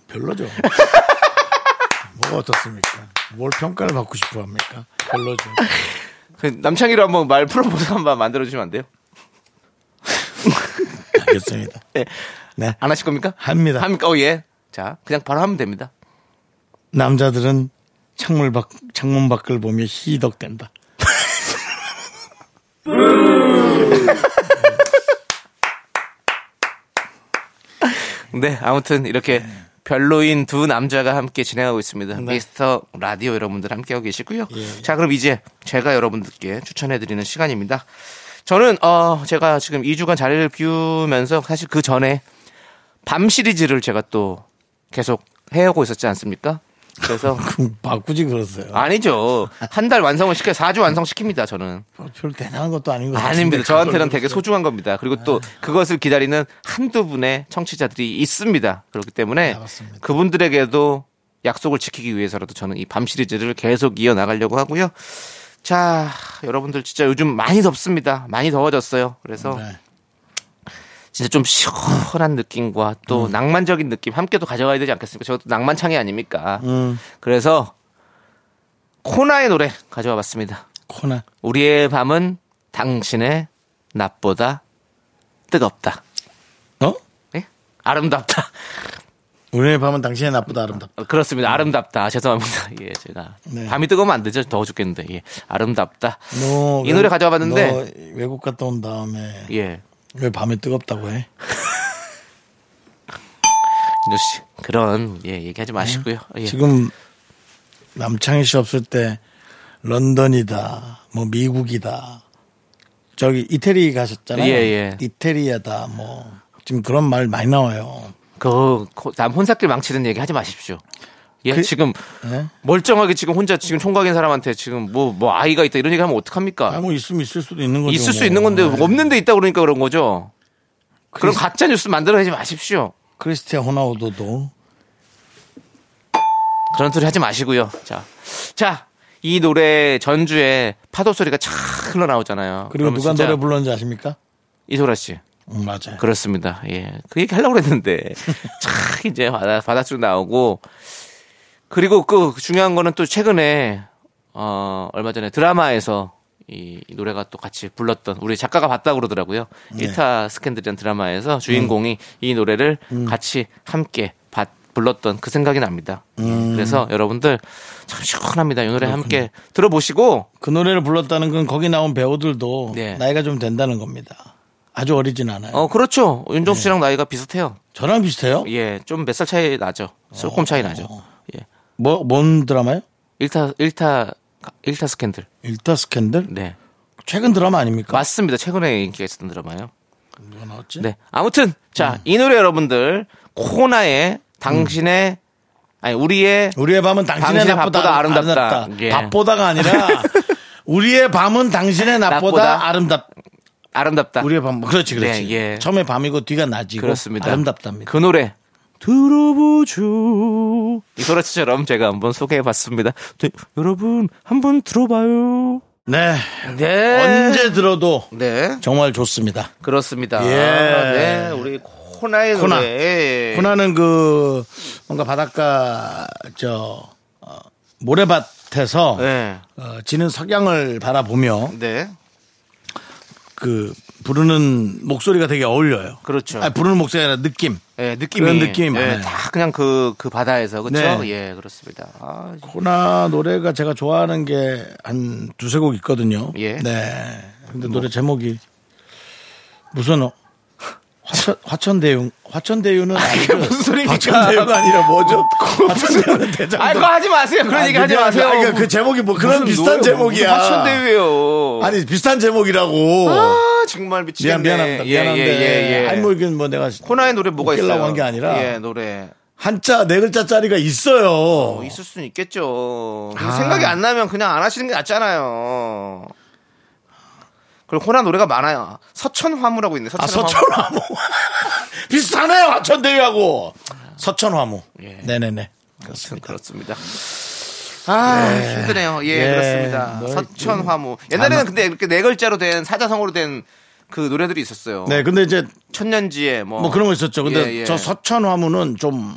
Speaker 1: 별로죠. 뭐가 어떻습니까? 뭘 평가를 받고 싶어 합니까? 별로죠.
Speaker 2: 그 남창희로 한번 말 풀어보세요. 한번 만들어주시면 안 돼요?
Speaker 1: 알겠습니다.
Speaker 2: 네.
Speaker 1: 네.
Speaker 2: 안 하실 겁니까?
Speaker 1: 합니다.
Speaker 2: 합니까? 어, 예. 자, 그냥 바로 하면 됩니다.
Speaker 1: 남자들은 창문 밖 창문 밖을 보며 희덕된다.
Speaker 2: 네, 아무튼 이렇게 별로인 두 남자가 함께 진행하고 있습니다.
Speaker 1: 네.
Speaker 2: 미스터 라디오 여러분들 함께하고 계시고요.
Speaker 1: 예.
Speaker 2: 자, 그럼 이제 제가 여러분들께 추천해드리는 시간입니다. 저는, 어, 제가 지금 2주간 자리를 비우면서 사실 그 전에 밤 시리즈를 제가 또 계속 해오고 있었지 않습니까? 그래서
Speaker 1: 그럼 음, 바꾸지 그러세요.
Speaker 2: 아니죠. 한 달 완성을 시켜 4주 완성시킵니다, 저는.
Speaker 1: 뭐 별 대단한 것도 아닌 것 같은데.
Speaker 2: 아닙니다. 저한테는
Speaker 1: 그걸
Speaker 2: 되게 소중한 겁니다. 그리고 또
Speaker 1: 네.
Speaker 2: 그것을 기다리는 한두 분의 청취자들이 있습니다. 그렇기 때문에
Speaker 1: 네, 맞습니다.
Speaker 2: 그분들에게도 약속을 지키기 위해서라도 저는 이 밤 시리즈를 계속 이어나가려고 하고요. 자, 여러분들 진짜 요즘 많이 덥습니다. 많이 더워졌어요. 그래서
Speaker 1: 네.
Speaker 2: 진짜 좀 시원한 느낌과 또
Speaker 1: 음.
Speaker 2: 낭만적인 느낌 함께 또 가져가야 되지 않겠습니까? 저것도 낭만창이 아닙니까?
Speaker 1: 음.
Speaker 2: 그래서 코나의 노래 가져와 봤습니다.
Speaker 1: 코나
Speaker 2: 우리의 밤은 당신의 낮보다 뜨겁다.
Speaker 1: 어?
Speaker 2: 예? 아름답다.
Speaker 1: 오늘의 밤은 당신의 나쁘다 아름답다.
Speaker 2: 어, 그렇습니다. 아름답다. 죄송합니다. 예, 제가.
Speaker 1: 음. 네.
Speaker 2: 밤이 뜨거우면 안 되죠. 더워 죽겠는데. 예. 아름답다.
Speaker 1: 너
Speaker 2: 이
Speaker 1: 외-
Speaker 2: 노래 가져와 봤는데.
Speaker 1: 너 외국 갔다 온 다음에
Speaker 2: 예.
Speaker 1: 왜 밤에 뜨겁다고 해?
Speaker 2: 윤조 씨. 그런, 예, 얘기하지 마시고요. 예.
Speaker 1: 네. 지금 남창희 씨 없을 때 런던이다, 뭐 미국이다, 저기 이태리 가셨잖아요.
Speaker 2: 예, 예.
Speaker 1: 이태리에다 뭐 지금 그런 말 많이 나와요.
Speaker 2: 그, 그, 남 혼사길 망치는 얘기 하지 마십시오. 얘
Speaker 1: 그
Speaker 2: 지금
Speaker 1: 예?
Speaker 2: 멀쩡하게 지금 혼자 지금 총각인 사람한테 지금 뭐 뭐 아이가 있다 이런 얘기 하면 어떡합니까?
Speaker 1: 아무 뭐 있으면 있을 수도 있는 거죠.
Speaker 2: 있을 수
Speaker 1: 뭐.
Speaker 2: 있는 건데
Speaker 1: 네.
Speaker 2: 없는데 있다 그러니까 그런 거죠. 그런 가짜 뉴스 만들어내지 마십시오.
Speaker 1: 크리스티아 호나우도도
Speaker 2: 그런 소리 하지 마시고요. 자, 자, 이 노래 전주에 파도 소리가 착 흘러나오잖아요.
Speaker 1: 그리고
Speaker 2: 그러면
Speaker 1: 누가
Speaker 2: 진짜
Speaker 1: 노래 불렀는지 아십니까?
Speaker 2: 이소라 씨.
Speaker 1: 음, 맞아요.
Speaker 2: 그렇습니다. 예. 그 얘기 하려고 그랬는데. 착 이제 바다, 바닷속 나오고. 그리고 그 중요한 거는 또 최근에, 어, 얼마 전에 드라마에서 이, 이 노래가 또 같이 불렀던 우리 작가가 봤다고 그러더라고요. 일 1타 스캔들이란 드라마에서 주인공이 이 노래를 같이 함께 봤, 불렀던 그 생각이 납니다. 그래서 여러분들 참 시원합니다. 이 노래 함께 들어보시고
Speaker 1: 그 노래를 불렀다는 건 거기 나온 배우들도
Speaker 2: 네.
Speaker 1: 나이가 좀 된다는 겁니다. 아주 어리진 않아요.
Speaker 2: 어, 그렇죠. 윤종수 씨랑 나이가 비슷해요.
Speaker 1: 저랑 비슷해요?
Speaker 2: 예, 좀 몇 살 차이 나죠. 조금 차이 나죠. 예.
Speaker 1: 뭐, 뭔 드라마요?
Speaker 2: 일타일타일타 스캔들.
Speaker 1: 일타 스캔들?
Speaker 2: 네.
Speaker 1: 최근 드라마 아닙니까?
Speaker 2: 맞습니다. 최근에 인기가 있었던 드라마요.
Speaker 1: 누가 나왔지?
Speaker 2: 네. 아무튼, 자, 이 노래 여러분들, 코나의 당신의, 아니, 우리의,
Speaker 1: 음. 우리의 밤은 당신의,
Speaker 2: 당신의
Speaker 1: 낮보다,
Speaker 2: 밥보다
Speaker 1: 아름답다.
Speaker 2: 아름답다. 예.
Speaker 1: 밥보다가 아니라 우리의 밤은 당신의 낮보다
Speaker 2: 낮보다
Speaker 1: 아름답.
Speaker 2: 아름답다.
Speaker 1: 우리의 밤. 그렇지, 그렇지.
Speaker 2: 네, 예.
Speaker 1: 처음에 밤이고 뒤가 낮이고
Speaker 2: 그렇습니다.
Speaker 1: 아름답답니다.
Speaker 2: 그 노래. 들어보죠. 이 소라처럼 제가 한번 소개해봤습니다. 네, 여러분, 한번 들어봐요.
Speaker 1: 네.
Speaker 2: 네.
Speaker 1: 언제 들어도
Speaker 2: 네.
Speaker 1: 정말 좋습니다.
Speaker 2: 그렇습니다.
Speaker 1: 예.
Speaker 2: 네, 우리 코나의
Speaker 1: 코나.
Speaker 2: 노래.
Speaker 1: 코나는 그 뭔가 바닷가 저 어, 모래밭에서
Speaker 2: 네.
Speaker 1: 어, 지는 석양을 바라보며
Speaker 2: 네.
Speaker 1: 그 부르는 목소리가 되게 어울려요.
Speaker 2: 그렇죠.
Speaker 1: 아니, 부르는 목소리가 아니라 느낌.
Speaker 2: 예, 느낌이
Speaker 1: 그런 느낌이
Speaker 2: 예,
Speaker 1: 많아요.
Speaker 2: 다 그냥 그, 그 바다에서 그렇죠.
Speaker 1: 네.
Speaker 2: 예, 그렇습니다. 아,
Speaker 1: 코나 노래가 제가 좋아하는 게 한 두세 곡 있거든요.
Speaker 2: 예.
Speaker 1: 네. 근데 노래 제목이 무슨 어- 화천 화천대유 화천대유는 아니고
Speaker 2: 무슨 소리입니까?
Speaker 1: 화천대유가 아니라 뭐죠? 화천대유는 대장.
Speaker 2: 아, 그거 하지 마세요. 그런 얘기 하지 마세요.
Speaker 1: 아니, 그러니까 그 제목이 뭐 그런 비슷한 제목이야.
Speaker 2: 화천대유예요.
Speaker 1: 아니 비슷한 제목이라고.
Speaker 2: 아, 정말 미치겠네.
Speaker 1: 미안 미안합니다.
Speaker 2: 예,
Speaker 1: 미안한데.
Speaker 2: 예, 예, 예.
Speaker 1: 아니 뭐 이건 뭐 내가
Speaker 2: 코나의 노래 뭐가
Speaker 1: 웃기려고
Speaker 2: 있어요?
Speaker 1: 한게 아니라.
Speaker 2: 예, 노래.
Speaker 1: 한자 네 글자짜리가 있어요.
Speaker 2: 뭐 있을 수는 있겠죠. 근데 생각이 안 나면 그냥 안 하시는 게 낫잖아요. 그리고 호나 노래가 많아요. 서천화무라고 있네.
Speaker 1: 아
Speaker 2: 서천화무.
Speaker 1: 서천화무 비슷하네요 화천대유하고 서천화무.
Speaker 2: 아. 예.
Speaker 1: 네네네.
Speaker 2: 아무튼 그렇습니다. 아 힘드네요. 예,
Speaker 1: 예.
Speaker 2: 그렇습니다.
Speaker 1: 너
Speaker 2: 서천화무.
Speaker 1: 음,
Speaker 2: 옛날에는 근데 이렇게 네 글자로 된 사자성어로 된 그 노래들이 있었어요.
Speaker 1: 네 근데 이제
Speaker 2: 천년지에 뭐,
Speaker 1: 뭐 그런 거 있었죠. 근데
Speaker 2: 예, 예.
Speaker 1: 저 서천화무는 좀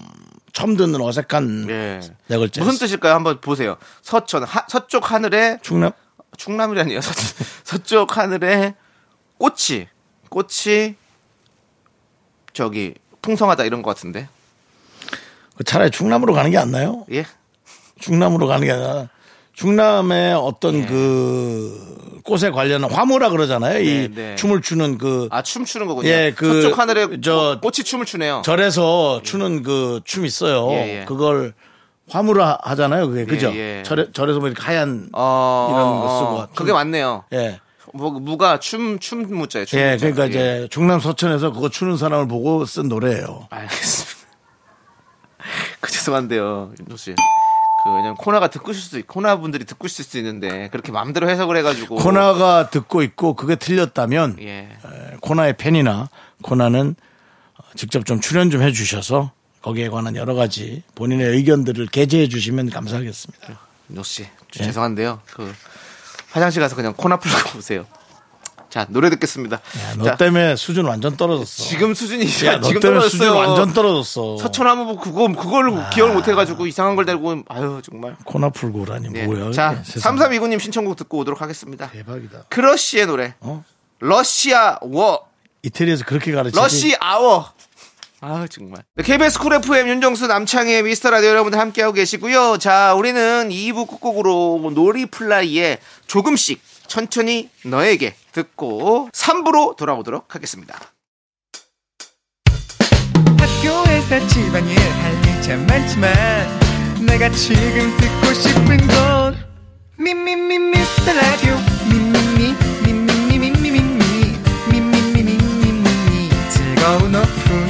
Speaker 1: 처음 듣는 어색한
Speaker 2: 예.
Speaker 1: 네 글자.
Speaker 2: 무슨 뜻일까요? 한번 보세요. 서천 하- 서쪽 하늘에
Speaker 1: 충남?
Speaker 2: 충남이 아니에요. 서, 서쪽 하늘에 꽃이 꽃이 저기 풍성하다 이런 것 같은데.
Speaker 1: 그 차라리 충남으로 가는 게 안 나요?
Speaker 2: 예.
Speaker 1: 충남으로 가는 게 아니라 충남의
Speaker 2: 예.
Speaker 1: 어떤 그 꽃에 관련한 화무라 그러잖아요. 이
Speaker 2: 네, 네.
Speaker 1: 춤을 추는 그
Speaker 2: 아 춤추는 거군요.
Speaker 1: 예, 그
Speaker 2: 서쪽 하늘에
Speaker 1: 저-
Speaker 2: 꽃- 꽃이 춤을 추네요.
Speaker 1: 절에서 추는 그 춤 있어요.
Speaker 2: 예, 예.
Speaker 1: 그걸 화무라 하잖아요. 그게 그죠?
Speaker 2: 예.
Speaker 1: 절에, 절에서 뭐 이렇게 하얀
Speaker 2: 어,
Speaker 1: 이런 거 쓰고
Speaker 2: 어,
Speaker 1: 춤-
Speaker 2: 그게 맞네요.
Speaker 1: 예.
Speaker 2: 뭐 무가 춤 춤 무자예요. 춤
Speaker 1: 예,
Speaker 2: 무자.
Speaker 1: 그러니까
Speaker 2: 예.
Speaker 1: 이제 충남 서천에서 그거 추는 사람을 보고 쓴 노래예요.
Speaker 2: 알겠습니다. 그 죄송한데요, 윤종 씨. 그 왜냐면 코나가 듣고 있을 수도 있, 코나 분들이 듣고 있을 수도 있는데 그렇게 마음대로 해석을 해가지고
Speaker 1: 코나가 듣고 있고 그게 틀렸다면
Speaker 2: 예.
Speaker 1: 에, 코나의 팬이나 코나는 어, 직접 좀 출연 좀 해주셔서 거기에 관한 여러 가지 본인의 의견들을 게재해 주시면 감사하겠습니다.
Speaker 2: 윤종 씨 저- 죄송한데요. 그 화장실 가서 그냥 코나 풀고 오세요. 자 노래 듣겠습니다.
Speaker 1: 야, 너
Speaker 2: 자,
Speaker 1: 때문에 수준 완전 떨어졌어.
Speaker 2: 지금 수준이
Speaker 1: 야, 너
Speaker 2: 지금
Speaker 1: 때문에 수준
Speaker 2: 떨어졌어요.
Speaker 1: 완전 떨어졌어. 아.
Speaker 2: 서천나무 그거 그걸 기억을 못 해가지고 이상한 걸 달고 아유 정말.
Speaker 1: 코나 풀고라니
Speaker 2: 예.
Speaker 1: 뭐야?
Speaker 2: 자
Speaker 1: 이게 세상에.
Speaker 2: 3329님 신청곡 듣고 오도록 하겠습니다.
Speaker 1: 대박이다.
Speaker 2: 크러쉬의 노래
Speaker 1: 어?
Speaker 2: 러시아 워
Speaker 1: 이태리에서 그렇게 가르치지.
Speaker 2: 러시 아워. 아 정말. 네, KBS 쿨 FM 윤정수 남창희의 미스터 라디오 여러분들 함께하고 계시고요. 자 우리는 2부 끝곡으로 뭐 놀이플라이의 조금씩 천천히 너에게 듣고 3부로 돌아오도록 하겠습니다.
Speaker 5: 학교에서 집안일 할 일 참 많지만 내가 지금 듣고 싶은 건 미미미 미스터 라디오 미미미 미미미 미미미 미미미 미미미 즐거운 오후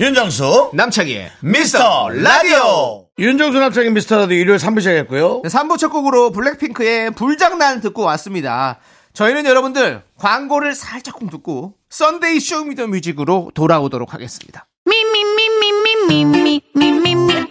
Speaker 6: 윤정수
Speaker 2: 남창희의
Speaker 6: 미스터 라디오
Speaker 1: 윤정수 남창의 미스터라도 일요일 3부 시작했고요.
Speaker 2: 네, 3부 첫 곡으로 블랙핑크의 불장난 듣고 왔습니다. 저희는 여러분들 광고를 살짝쿵 듣고 썬데이 쇼미더 뮤직으로 돌아오도록 하겠습니다.
Speaker 4: Me, me, me, me, me, me, me, me, me, me,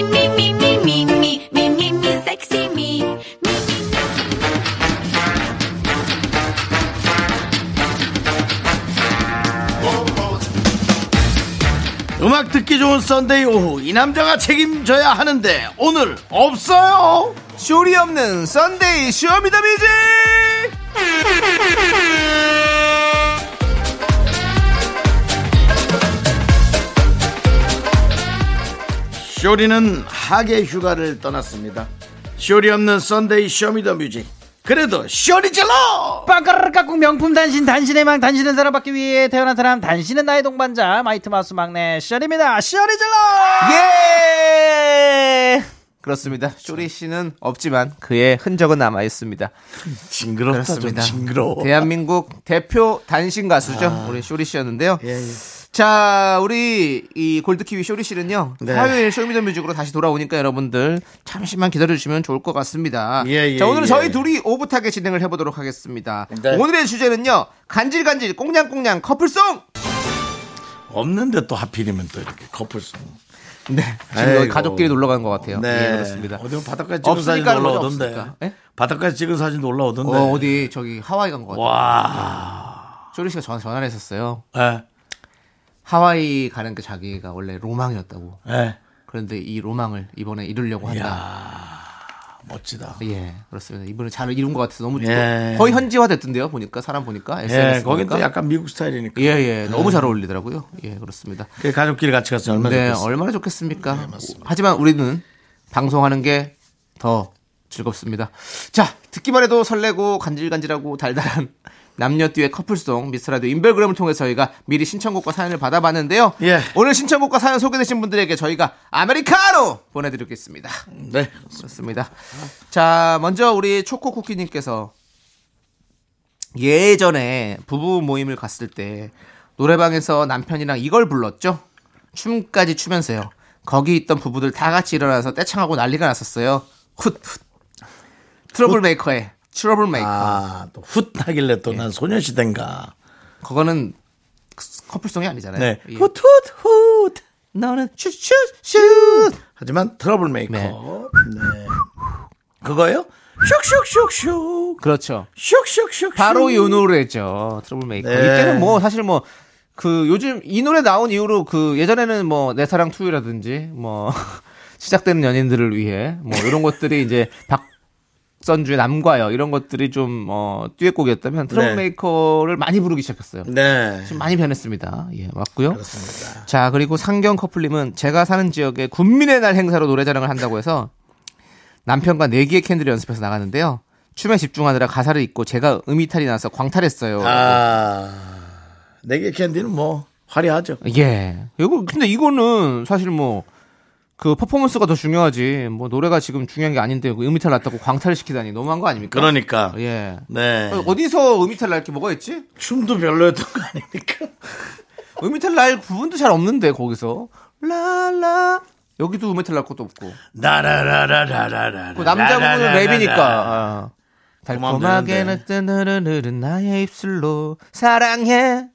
Speaker 4: me, me, me, me, me, me, me, me, sexy me. Me,
Speaker 1: 음악 듣기 좋은 썬데이 오후 이 남자가 책임져야 하는데 오늘 없어요.
Speaker 2: 쇼리 없는 썬데이 쇼미더뮤직!
Speaker 1: 쇼리는 하계 휴가를 떠났습니다. 쇼리 없는 썬데이 쇼미더뮤직. 그래도 쇼리 질러!
Speaker 7: 빵가르르 깎국 명품 단신 단신의 망 단신은 사랑받기 위해 태어난 사람 단신은 나의 동반자 마이트마우스 막내 셜입니다 셜이질러
Speaker 2: 예! 그렇습니다. 쇼리 씨는 없지만 그의 흔적은 남아있습니다.
Speaker 1: 징그럽다
Speaker 2: 그렇습니다.
Speaker 1: 좀 징그러워. 아.
Speaker 2: 대한민국 대표 단신 가수죠. 우리 쇼리 씨였는데요.
Speaker 1: 예,
Speaker 2: 자, 우리 이 골드키위 쇼리 씨는요.
Speaker 1: 네.
Speaker 2: 화요일 쇼미더뮤직으로 다시 돌아오니까 여러분들 잠시만 기다려 주시면 좋을 것 같습니다.
Speaker 1: 예, 예,
Speaker 2: 자, 오늘 은
Speaker 1: 예.
Speaker 2: 저희 둘이 오붓하게 진행을 해 보도록 하겠습니다.
Speaker 1: 네.
Speaker 2: 오늘의 주제는요. 간질간질 꽁냥꽁냥 커플송.
Speaker 1: 없는데 또 하필이면 또 이렇게 커플송.
Speaker 2: 네. 지금 여기
Speaker 1: 아이고.
Speaker 2: 가족끼리 놀러 간 것 같아요.
Speaker 1: 네.
Speaker 2: 예, 그렇습니다.
Speaker 1: 어디 보면 바닷가에 찍은 사진
Speaker 2: 없으니까 그런 거죠,
Speaker 1: 올라오던데.
Speaker 2: 없으니까. 예?
Speaker 1: 바닷가에 찍은 사진 올라오던데.
Speaker 2: 어, 어디 저기 하와이 간 것 같아요.
Speaker 1: 와.
Speaker 2: 쇼리 씨가 전 전화를 했었어요.
Speaker 1: 예.
Speaker 2: 하와이 가는 게 자기가 원래 로망이었다고.
Speaker 1: 예.
Speaker 2: 그런데 이 로망을 이번에 이루려고 한다.
Speaker 1: 멋지다.
Speaker 2: 예, 그렇습니다. 이번에 잘 이룬 것 같아서 너무
Speaker 1: 예.
Speaker 2: 거의 현지화 됐던데요. 보니까 사람 보니까 SNS
Speaker 1: 예, 거긴 또
Speaker 2: 보니까.
Speaker 1: 약간 음. 미국 스타일이니까.
Speaker 2: 예, 예, 너무 잘 어울리더라고요. 예, 그렇습니다.
Speaker 1: 그 가족끼리 같이 갔으면 얼마나 네,
Speaker 2: 네,
Speaker 1: 좋겠어.
Speaker 2: 얼마나 좋겠습니까? 하지만 우리는 방송하는 게 더 즐겁습니다. 자, 듣기만 해도 설레고 간질간질하고 달달한 남녀 듀엣 커플송 미스라디오 인별그램을 통해 저희가 미리 신청곡과 사연을 받아봤는데요.
Speaker 1: 예.
Speaker 2: 오늘 신청곡과 사연 소개되신 분들에게 저희가 아메리카노 보내드리겠습니다.
Speaker 1: 네.
Speaker 2: 그렇습니다. 자, 먼저 우리 초코쿠키님께서 예전에 부부 모임을 갔을 때 노래방에서 남편이랑 이걸 불렀죠? 춤까지 추면서요. 거기 있던 부부들 다 같이 일어나서 떼창하고 난리가 났었어요. 훗훗. 트러블메이커의 트러블메이커.
Speaker 1: 아, 또 훗 하길래
Speaker 2: 예.
Speaker 1: 또 난 소녀시대인가.
Speaker 2: 그거는 커플송이 아니잖아요.
Speaker 1: 네.
Speaker 2: 예.
Speaker 1: 훗, 훗, 훗.
Speaker 2: 너는 슛슛슛.
Speaker 1: 하지만 트러블 메이커.
Speaker 2: 네.
Speaker 1: 네. 그거요? 슉슉슉슉.
Speaker 2: 그렇죠.
Speaker 1: 슉슉슉슉.
Speaker 2: 바로 이 노래죠. 트러블메이커.
Speaker 1: 네.
Speaker 2: 이때는 뭐 사실 뭐 그 요즘 이 노래 나온 이후로 그 예전에는 뭐 내 사랑 투유라든지 뭐 시작되는 연인들을 위해 뭐 이런 것들이 이제 박선주의 남과여 이런 것들이 좀어 듀엣곡이었다면 트러블메이커를 많이 부르기 시작했어요.
Speaker 1: 네.
Speaker 2: 좀 많이 변했습니다. 예, 맞고요. 그렇습니다. 자, 그리고 상경 커플님은 제가 사는 지역에 군민의 날 행사로 노래 자랑을 한다고 해서 남편과 네개의 캔들을 연습해서 나갔는데요. 춤에 집중하느라 가사를 잊고 제가 음이탈이 나서 광탈했어요.
Speaker 1: 아, 내게 캔디는 뭐 화려하죠.
Speaker 2: 예. 이거 근데 이거는 사실 뭐 그 퍼포먼스가 더 중요하지. 뭐 노래가 지금 중요한 게 아닌데 그 음이탈 났다고 광탈을 시키다니 너무한 거 아닙니까?
Speaker 1: 그러니까.
Speaker 2: 예.
Speaker 1: 네.
Speaker 2: 어, 어디서 음이탈 날 게 뭐가 있지?
Speaker 1: 춤도 별로였던 거 아닙니까?
Speaker 2: 음이탈 날 부분도 잘 없는데 거기서 라라 여기도 음이탈 날 것도 없고
Speaker 1: 나라라라라라라.
Speaker 2: 그 남자분은 랩이니까. 아. 달콤하게
Speaker 1: 되는데.
Speaker 2: 느뜬 흐른 흐른 나의 입술로 사랑해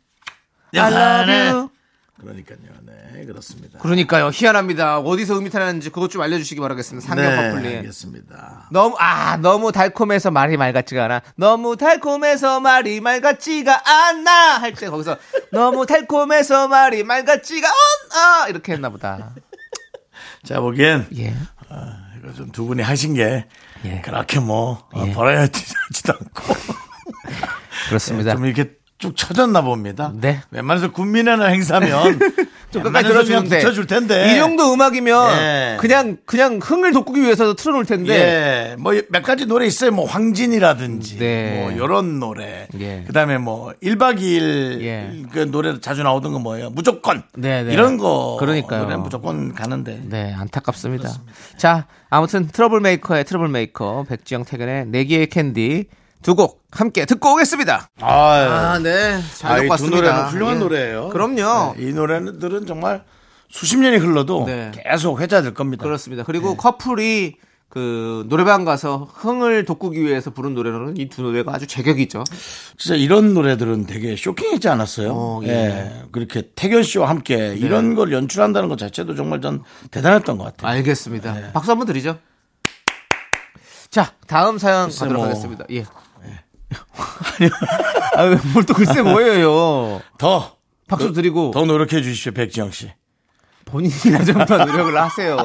Speaker 1: 야,
Speaker 2: I love
Speaker 1: 네.
Speaker 2: you
Speaker 1: 그러니까요. 네, 그렇습니다.
Speaker 2: 그러니까요 희한합니다 어디서 음이 타나는지 그것 좀 알려주시기 바라겠습니다 상경
Speaker 1: 네,
Speaker 2: 커플님
Speaker 1: 알겠습니다.
Speaker 2: 너무 아 너무 달콤해서 말이 말 같지가 않아. 너무 달콤해서 말이 말 같지가 않아 할 때 거기서 너무 달콤해서 말이 말 같지가 않아 이렇게 했나 보다.
Speaker 1: 자, 보기엔
Speaker 2: 예.
Speaker 1: 이거 좀 두 분이 하신 게
Speaker 2: 예.
Speaker 1: 그렇게 뭐 어, 버라이어티하지도 않고 예,
Speaker 2: 그렇습니다.
Speaker 1: 좀 이렇게 쭉 쳐졌나 봅니다.
Speaker 2: 네.
Speaker 1: 웬만해서 군민회나 행사면
Speaker 2: 좀
Speaker 1: 웬만해서
Speaker 2: 끝까지 들어주는데.
Speaker 1: 붙여줄 텐데.
Speaker 2: 이 정도 음악이면
Speaker 1: 예.
Speaker 2: 그냥 그냥 흥을 돋구기 위해서 틀어 놓을 텐데.
Speaker 1: 예, 뭐 몇 가지 노래 있어요. 뭐 황진이라든지
Speaker 2: 네.
Speaker 1: 뭐 이런 노래.
Speaker 2: 예.
Speaker 1: 그다음에 뭐 1박 2일
Speaker 2: 예.
Speaker 1: 그 노래 자주 나오던 거 뭐예요? 무조건.
Speaker 2: 네, 네.
Speaker 1: 이런 거
Speaker 2: 그러니까요.
Speaker 1: 노래 무조건 가는데.
Speaker 2: 네, 안타깝습니다. 자, 아무튼 트러블 메이커의 트러블 메이커 백지영 태근의 네 개의 캔디 두 곡 함께 듣고 오겠습니다.
Speaker 1: 아,
Speaker 2: 아, 네. 잘
Speaker 1: 아,
Speaker 2: 듣고
Speaker 1: 이두
Speaker 2: 왔습니다.
Speaker 1: 노래는 훌륭한
Speaker 2: 예.
Speaker 1: 노래예요.
Speaker 2: 그럼요.
Speaker 1: 네, 이 노래들은 정말 수십 년이 흘러도
Speaker 2: 네.
Speaker 1: 계속 회자될 겁니다.
Speaker 2: 그렇습니다. 그리고 커플이 그 노래방 가서 흥을 돋구기 위해서 부른 노래로는 이 두 노래가 아주 제격이죠.
Speaker 1: 진짜 이런 노래들은 되게 쇼킹했지 않았어요?
Speaker 2: 어,
Speaker 1: 예.
Speaker 2: 예. 네.
Speaker 1: 그렇게 태견 씨와 함께 이런 걸 연출한다는 것 자체도 정말 전 대단했던
Speaker 2: 네.
Speaker 1: 것 같아요.
Speaker 2: 알겠습니다. 박수 한번 드리죠. 자, 다음 사연
Speaker 1: 글쎄
Speaker 2: 가도록
Speaker 1: 뭐.
Speaker 2: 하겠습니다. 예. 아니요. 아, 뭘또 글쎄 뭐예요.
Speaker 1: 더
Speaker 2: 박수 드리고
Speaker 1: 더 노력해 주십시오, 백지영 씨.
Speaker 2: 본인이나 좀 더 노력을 하세요.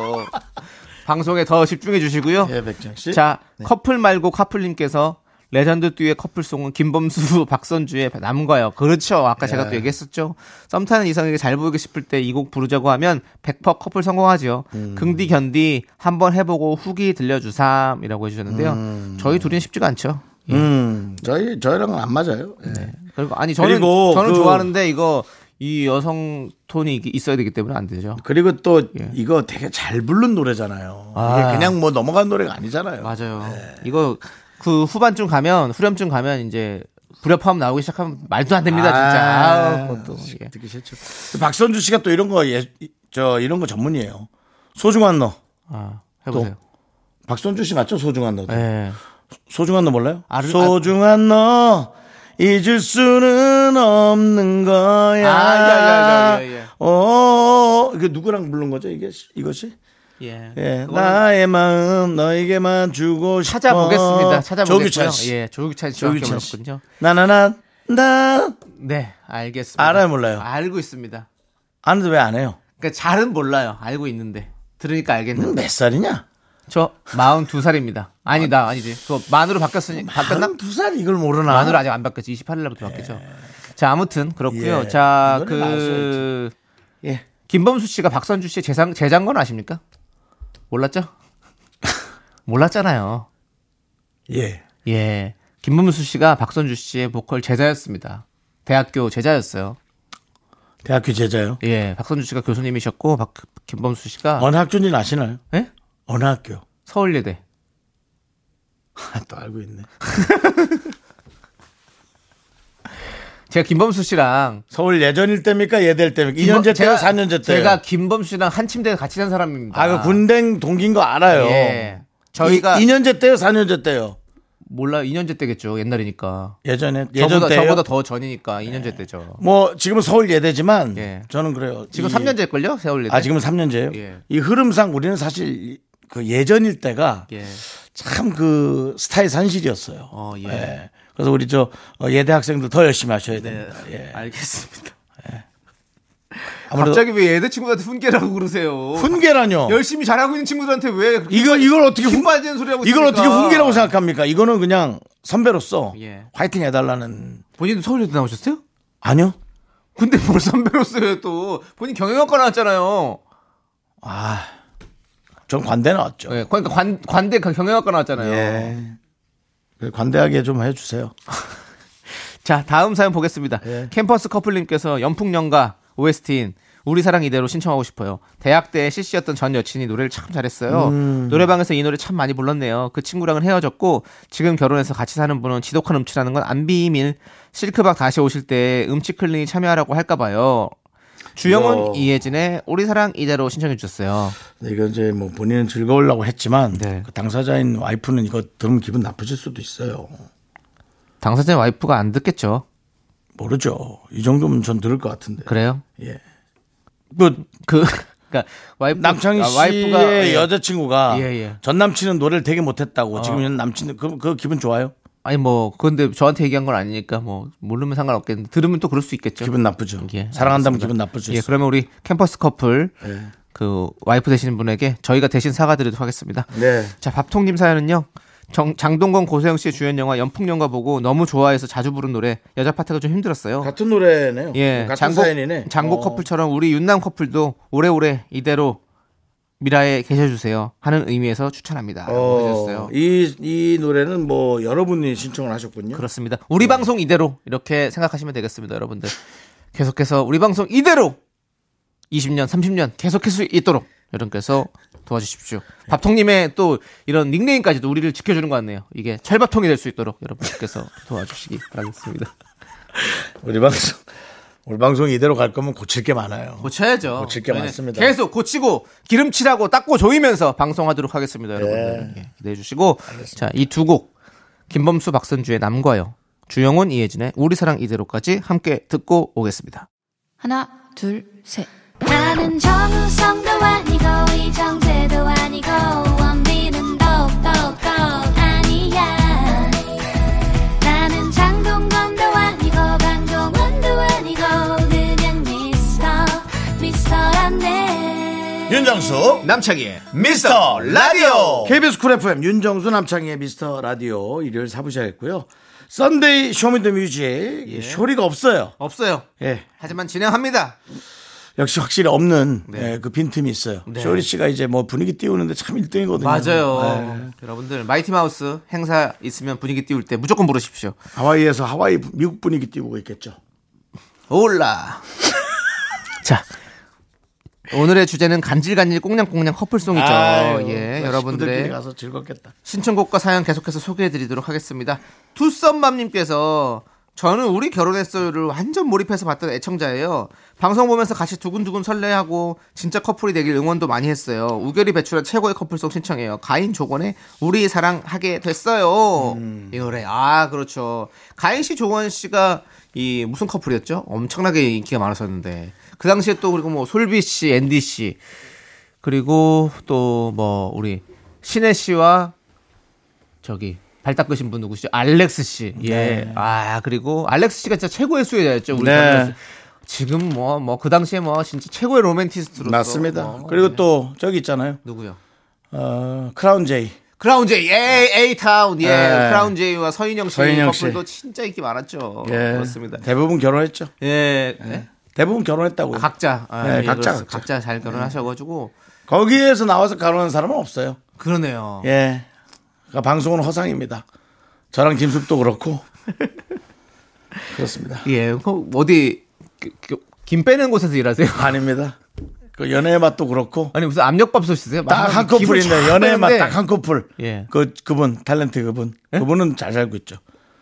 Speaker 2: 방송에 더 집중해 주시고요.
Speaker 1: 예, 백지영 씨.
Speaker 2: 자, 커플 말고 카플님께서 레전드 듀의 커플송은 김범수, 박선주의 남과요. 그렇죠. 아까 제가
Speaker 1: 예.
Speaker 2: 또 얘기했었죠. 썸 타는 이성에게 잘 보이고 싶을 때 이 곡 부르자고 하면 100% 커플 성공하죠.
Speaker 1: 음.
Speaker 2: 긍디 견디 한번 해보고 후기 들려주삼이라고 해주셨는데요. 저희 둘이는 쉽지가 않죠. 예. 네.
Speaker 1: 음, 저희 저희랑은 안 맞아요. 예.
Speaker 2: 그리고 아니 저는
Speaker 1: 그리고
Speaker 2: 저는
Speaker 1: 그-
Speaker 2: 좋아하는데 이거 이 여성 톤이 이게 있어야 되기 때문에 안 되죠.
Speaker 1: 그리고 또
Speaker 2: 예.
Speaker 1: 이거 되게 잘 부른 노래잖아요. 이게 그냥 뭐 넘어간 노래가 아니잖아요.
Speaker 2: 맞아요. 이거 그 후반쯤 가면 후렴쯤 가면 이제 불협화음 나오기 시작하면 말도 안 됩니다 진짜. 아우, 그것도 예.
Speaker 1: 듣기 싫죠. 박선주 씨가 또 이런 거 예, 저 이런 거 전문이에요. 소중한 너.
Speaker 2: 아, 해보세요.
Speaker 1: 박선주 씨 맞죠? 소중한 너.
Speaker 2: 예.
Speaker 1: 소중한 너 몰라요?
Speaker 2: 아르-
Speaker 1: 소중한 너 잊을 수는 없는 거야.
Speaker 2: 아, 야, 야, 야, 야, 야.
Speaker 1: 어, 이게 누구랑 부른 거죠? 이게 이것이?
Speaker 2: 예.
Speaker 1: 예,
Speaker 2: 그거는
Speaker 1: 나의 마음 너에게만 주고 싶어.
Speaker 2: 찾아보겠습니다. 찾아보겠고요.
Speaker 1: 조규찬 씨.
Speaker 2: 예, 조규찬 씨.
Speaker 1: 조규찬
Speaker 2: 조규찬
Speaker 1: 씨.
Speaker 2: 군요
Speaker 1: 나나나 나
Speaker 2: 네, 알겠습니다.
Speaker 1: 알아요, 몰라요?
Speaker 2: 알고 있습니다.
Speaker 1: 아는데 왜 안 해요?
Speaker 2: 그러니까 잘은 몰라요. 알고 있는데 들으니까 알겠는데.
Speaker 1: 음, 몇 살이냐?
Speaker 2: 저 42살입니다. 아니다, 아니지. 그거 만으로 바뀌었으니 바뀌었나?
Speaker 1: 나는 두 살 이걸 모르나?
Speaker 2: 만으로 아직 안 바뀌었지. 28일 날부터 바뀌죠. 자, 아무튼 그렇고요.
Speaker 1: 예.
Speaker 2: 자,
Speaker 1: 이거는
Speaker 2: 그
Speaker 1: 나왔어야지. 예.
Speaker 2: 김범수 씨가 박선주 씨의 재상 재장건 아십니까? 몰랐죠? 몰랐잖아요.
Speaker 1: 예.
Speaker 2: 예. 김범수 씨가 박선주 씨의 보컬 제자였습니다. 대학교 제자였어요.
Speaker 1: 대학교 제자요.
Speaker 2: 예. 박선주 씨가 교수님이셨고 박, 김범수 씨가
Speaker 1: 어느 학교인지 아시나요?
Speaker 2: 예?
Speaker 1: 어느 학교?
Speaker 2: 서울예대.
Speaker 1: 아, 또 알고 있네.
Speaker 2: 제가 김범수 씨랑
Speaker 1: 서울 예전일 때입니까? 예될 때입니까? 2년제 때요? 4년제 때요?
Speaker 2: 뭐 제가 김범수 씨랑 한 침대에 같이 산 사람입니다.
Speaker 1: 아, 그 군댕 동기인 거 알아요.
Speaker 2: 예. 저희가
Speaker 1: 2년제 때요? 4년제 때요?
Speaker 2: 몰라 2년제 때겠죠. 옛날이니까.
Speaker 1: 예전에 예전
Speaker 2: 저보다
Speaker 1: 때요.
Speaker 2: 저보다 더 전이니까 2년제 때죠.
Speaker 1: 뭐 지금은 서울 예대지만
Speaker 2: 예.
Speaker 1: 저는 그래요.
Speaker 2: 지금
Speaker 1: 이-
Speaker 2: 3년제 걸요? 세월리.
Speaker 1: 아 지금은 3년제예요.
Speaker 2: 예.
Speaker 1: 이 흐름상 우리는 사실 이- 그 예전일 때가
Speaker 2: 예.
Speaker 1: 참 그 스타의 산실이었어요.
Speaker 2: 어, 예.
Speaker 1: 그래서 우리 저 어, 예대 학생들 더 열심히
Speaker 2: 네.
Speaker 1: 하셔야 됩니다. 예.
Speaker 2: 알겠습니다.
Speaker 1: 아무래도
Speaker 2: 갑자기 왜 애들 친구한테 훈계라고 그러세요?
Speaker 1: 훈계라뇨.
Speaker 2: 열심히 잘하고 있는 친구들한테 왜 그렇게
Speaker 1: 이거 이걸 어떻게 훈
Speaker 2: 흉빠지는 소리 하고
Speaker 1: 이걸
Speaker 2: 있습니까?
Speaker 1: 어떻게 훈계라고 생각합니까? 이거는 그냥 선배로서
Speaker 2: 예.
Speaker 1: 화이팅 해달라는
Speaker 2: 본인도 서울대 나오셨어요?
Speaker 1: 아니요.
Speaker 2: 근데 뭘 선배로서요 또 본인 경영학과 나왔잖아요.
Speaker 1: 전 관대
Speaker 8: 네.
Speaker 1: 나왔죠.
Speaker 2: 예, 그러니까 관 관대 경영학과 나왔잖아요.
Speaker 1: 예. 그래, 관대하게 좀 해주세요.
Speaker 2: 자 다음 사연 보겠습니다.
Speaker 8: 예.
Speaker 2: 캠퍼스 커플님께서 연풍연가 OST인 우리 사랑 이대로 신청하고 싶어요. 대학 때 CC였던 전 여친이 노래를 참 잘했어요. 노래방에서 이 노래 참 많이 불렀네요. 그 친구랑은 헤어졌고 지금 결혼해서 같이 사는 분은 지독한 음치라는 건 안 비밀. 실크박 다시 오실 때 음치 클린이 참여하라고 할까 봐요.
Speaker 8: 주영은
Speaker 1: 이거-
Speaker 8: 이예진의 우리 사랑 이대로 신청해 주셨어요.
Speaker 1: 근데 이거 이제 뭐 본인은 즐거우려고 했지만
Speaker 8: 네.
Speaker 1: 그 당사자인 와이프는 이거 들으면 기분 나쁘실 수도 있어요.
Speaker 8: 당사자 와이프가 안 듣겠죠.
Speaker 1: 모르죠. 이 정도면 전 들을 것 같은데.
Speaker 8: 그래요?
Speaker 1: 예.
Speaker 8: 그, 그, 그러니까 와이프,
Speaker 1: 남창희
Speaker 8: 아,
Speaker 1: 씨의
Speaker 8: 예.
Speaker 1: 여자친구가
Speaker 8: 예, 어. 예.
Speaker 1: 전 남친은 노래를 되게 못했다고 지금 현 남친은 그, 그 기분 좋아요?
Speaker 8: 아니 뭐 그런데 저한테 얘기한 건 아니니까 뭐 모르면 상관없겠는데 들으면 또 그럴 수 있겠죠.
Speaker 1: 기분 나쁘죠.
Speaker 8: 예,
Speaker 1: 사랑한다면
Speaker 8: 알겠습니다.
Speaker 1: 기분 나쁠 수
Speaker 8: 예,
Speaker 1: 있어요. 예.
Speaker 8: 그러면 우리 캠퍼스 커플 그 와이프 되시는 분에게 저희가 대신 사과드리도록 하겠습니다.
Speaker 1: 네.
Speaker 8: 자, 밥통님 사연은요. 정, 장동건 고소영 씨의 주연 영화 연풍연가 보고 너무 좋아해서 자주 부른 노래 여자 파트가 좀 힘들었어요.
Speaker 1: 같은 노래네요.
Speaker 8: 예,
Speaker 1: 같은
Speaker 8: 장곡,
Speaker 1: 사연이네.
Speaker 8: 장곡
Speaker 1: 어.
Speaker 8: 커플처럼 우리 윤남 커플도 오래오래 이대로 미라에 계셔주세요 하는 의미에서 추천합니다. 라고 해주셨어요.
Speaker 1: 어, 이, 이 노래는 뭐 여러분이 신청을 하셨군요.
Speaker 8: 그렇습니다.
Speaker 1: 네.
Speaker 8: 우리 방송 이대로 이렇게 생각하시면 되겠습니다, 여러분들. 계속해서 우리 방송 이대로 20년, 30년 계속할 수 있도록 여러분께서 도와주십시오.
Speaker 1: 네.
Speaker 8: 밥통님의 또 이런 닉네임까지도 우리를 지켜주는 것 같네요. 이게 철밥통이 될 수 있도록 여러분께서 도와주시기 바라겠습니다.
Speaker 1: 우리 방송, 우리 방송 이대로 갈 거면 고칠 게 많아요.
Speaker 8: 고쳐야죠.
Speaker 1: 고칠 게
Speaker 8: 저희는
Speaker 1: 많습니다.
Speaker 8: 계속 고치고 기름칠하고 닦고 조이면서 방송하도록 하겠습니다, 여러분들.
Speaker 1: 네.
Speaker 8: 예, 기대해 주시고 자, 이 두 곡 김범수 박선주의 남과요. 주영훈 이혜진의 우리 사랑 이대로까지 함께 듣고 오겠습니다.
Speaker 4: 하나, 둘, 셋. 나는 정우성도 아니고, 이정재도 아니고, 원빈은 더욱더 아니야. 나는 장동건도 아니고, 방종원도 아니고, 그냥 미스터, 미스터란데.
Speaker 9: 윤정수
Speaker 8: 남창희의
Speaker 9: 미스터
Speaker 8: 어.
Speaker 9: 라디오
Speaker 1: KBS 쿨 FM 윤정수 남창희의 미스터 라디오 일요일 사부시작했고요. 썬데이 쇼미더뮤직 예, 쇼리가 없어요.
Speaker 8: 네. 없어요.
Speaker 1: 예,
Speaker 8: 하지만 진행합니다.
Speaker 1: 역시 확실히 없는
Speaker 8: 네.
Speaker 1: 예, 그 빈틈이 있어요. 쇼리 씨가 이제 뭐 분위기 띄우는데 참 1등이거든요.
Speaker 8: 맞아요. 네. 여러분들 마이티 마우스 행사 있으면 분위기 띄울 때 무조건 부르십시오.
Speaker 1: 하와이에서 하와이 미국 분위기 띄우고 있겠죠.
Speaker 8: 올라. 자. 오늘의 주제는 간질간질 꽁냥꽁냥 커플송이죠.
Speaker 1: 아유, 뭐
Speaker 8: 예,
Speaker 1: 식구들끼리
Speaker 8: 여러분들의
Speaker 1: 가서 즐겁겠다.
Speaker 8: 신청곡과 사연 계속해서 소개해드리도록 하겠습니다. 투썸맘님께서 저는 우리 결혼했어요를 완전 몰입해서 봤던 애청자예요. 방송 보면서 같이 두근두근 설레하고 진짜 커플이 되길 응원도 많이 했어요. 우결이 배출한 최고의 커플송 신청해요. 가인 조건의 우리 사랑하게 됐어요. 이 노래. 아 그렇죠. 가인 씨 조건 씨가 이 무슨 커플이었죠? 엄청나게 인기가 많았었는데 그 당시에 또 그리고 뭐 솔비 씨, 앤디 씨 그리고 또 뭐 우리 신혜 씨와 저기 발 닦으신 분 누구시죠? 알렉스 씨. 예. 아 그리고 알렉스 씨가 진짜 최고의 수혜자였죠. 우리
Speaker 1: 네.
Speaker 8: 네. 지금 뭐 뭐 그 당시에 뭐 진짜 최고의 로맨티스트로
Speaker 1: 맞습니다.
Speaker 8: 뭐, 네.
Speaker 1: 그리고 또 저기 있잖아요.
Speaker 8: 누구요?
Speaker 1: 어, 크라운 제이.
Speaker 8: 크라운 제이, 예, 에이타운, 예,
Speaker 1: 네.
Speaker 8: 크라운 제이와 서인영 씨
Speaker 1: 서인영 씨.
Speaker 8: 커플도 진짜 인기 많았죠.
Speaker 1: 예.
Speaker 8: 어, 그렇습니다.
Speaker 1: 대부분 결혼했죠.
Speaker 8: 예,
Speaker 1: 대부분 결혼했다고요.
Speaker 8: 각자, 아,
Speaker 1: 네,
Speaker 8: 예,
Speaker 1: 각자,
Speaker 8: 그렇습니다.
Speaker 1: 각자.
Speaker 8: 각자 잘 결혼하셔가지고
Speaker 1: 거기에서 나와서 결혼한 사람은 없어요.
Speaker 8: 그러네요.
Speaker 1: 예. 그러니까 방송은 허상입니다. 저랑 김숙도 그렇고. 그렇습니다.
Speaker 8: 예, 그 어디 그- 그- 김 빼는 곳에서 일하세요?
Speaker 1: 아닙니다. 그 연애의 맛도 그렇고.
Speaker 8: 아니 무슨 압력밥솥 쓰세요?
Speaker 1: 딱 한 커플인데, 연애의 맛 딱 한 커플.
Speaker 8: 예.
Speaker 1: 그, 그분, 탤런트 그분. 그분은 잘 살고 있죠.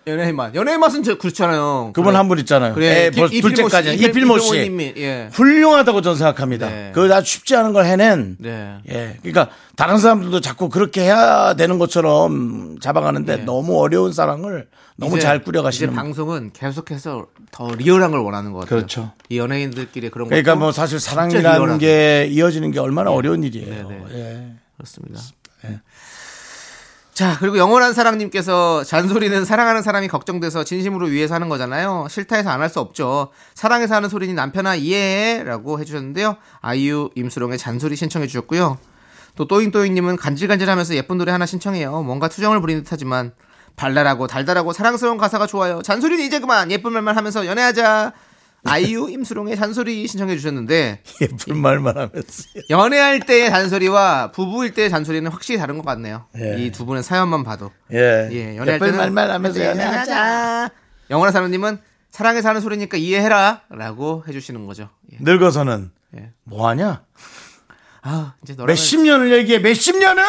Speaker 8: 연애의 맛. 연애의 맛은 저 그렇잖아요.
Speaker 1: 그분 한 분 있잖아요.
Speaker 8: 그래.
Speaker 1: 예,
Speaker 8: 김-
Speaker 1: 벌써
Speaker 8: 이필모
Speaker 1: 둘째까지.
Speaker 8: 씨, 이필-
Speaker 1: 이필모 씨.
Speaker 8: 이필모님이, 예.
Speaker 1: 훌륭하다고 저는 생각합니다.
Speaker 8: 네.
Speaker 1: 그거 아주 쉽지 않은 걸 해낸.
Speaker 8: 네.
Speaker 1: 예. 그러니까 다른 사람들도 자꾸 그렇게 해야 되는 것처럼 잡아가는데 너무 어려운 사랑을 너무
Speaker 8: 네. 이제-
Speaker 1: 잘 꾸려가시는
Speaker 8: 이제 방송은 계속해서 더 리얼한 걸 원하는 것 같아요.
Speaker 1: 그렇죠.
Speaker 8: 이 연예인들끼리 그런
Speaker 1: 그러니까
Speaker 8: 것도
Speaker 1: 뭐 사실
Speaker 8: 진짜
Speaker 1: 사랑이라는
Speaker 8: 리얼하게.
Speaker 1: 게
Speaker 8: 예.
Speaker 1: 이어지는 게 얼마나 어려운 일이에요.
Speaker 8: 네,
Speaker 1: 예.
Speaker 8: 그렇습니다. 예. 자, 그리고 영원한 사랑님께서 잔소리는 사랑하는 사람이 걱정돼서 진심으로 위해서 하는 거잖아요. 싫다 해서 안 할 수 없죠. 사랑해서 하는 소리니 남편아 이해해 라고 해주셨는데요. 아이유 임수롱의 잔소리 신청해 주셨고요. 또 또잉또잉님은 간질간질하면서 예쁜 노래 하나 신청해요. 뭔가 투정을 부리는 듯하지만 발랄하고 달달하고 사랑스러운 가사가 좋아요. 잔소리는 이제 그만 예쁜 말만 하면서 연애하자. 아이유 임수롱의 잔소리 신청해 주셨는데
Speaker 1: 예쁜 말만 하면서.
Speaker 8: 연애할 때의 잔소리와 부부일 때의 잔소리는 확실히 다른 것 같네요.
Speaker 1: 예.
Speaker 8: 이 두 분의 사연만 봐도.
Speaker 1: 예.
Speaker 8: 예, 연애할
Speaker 1: 예쁜
Speaker 8: 때는 네,
Speaker 1: 말만 하면서 연애하자.
Speaker 8: 영원한 사람님은 사랑해서 하는 소리니까 이해해라 라고 해주시는 거죠. 예.
Speaker 1: 늙어서는
Speaker 8: 예.
Speaker 1: 뭐 하냐?
Speaker 8: 아, 이제 너랑
Speaker 1: 몇십 년을 얘기해. 몇십 년을.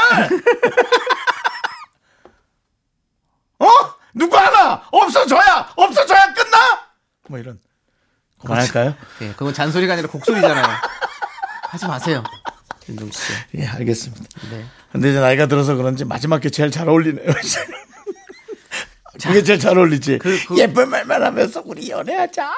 Speaker 1: 어? 누구 하나 없어져야 없어져야 끝나? 뭐 이런 그만할까요?
Speaker 8: 예, 그건 잔소리가 아니라 곡소리잖아요. 하지 마세요. 윤종 씨.
Speaker 1: 예, 알겠습니다.
Speaker 8: 네.
Speaker 1: 근데 이제 나이가 들어서 그런지 마지막 게 제일 잘 어울리네요. 이제. 그게 제일 잘 어울리지.
Speaker 8: 그- 그-
Speaker 1: 예쁜 말만 하면서 우리 연애하자.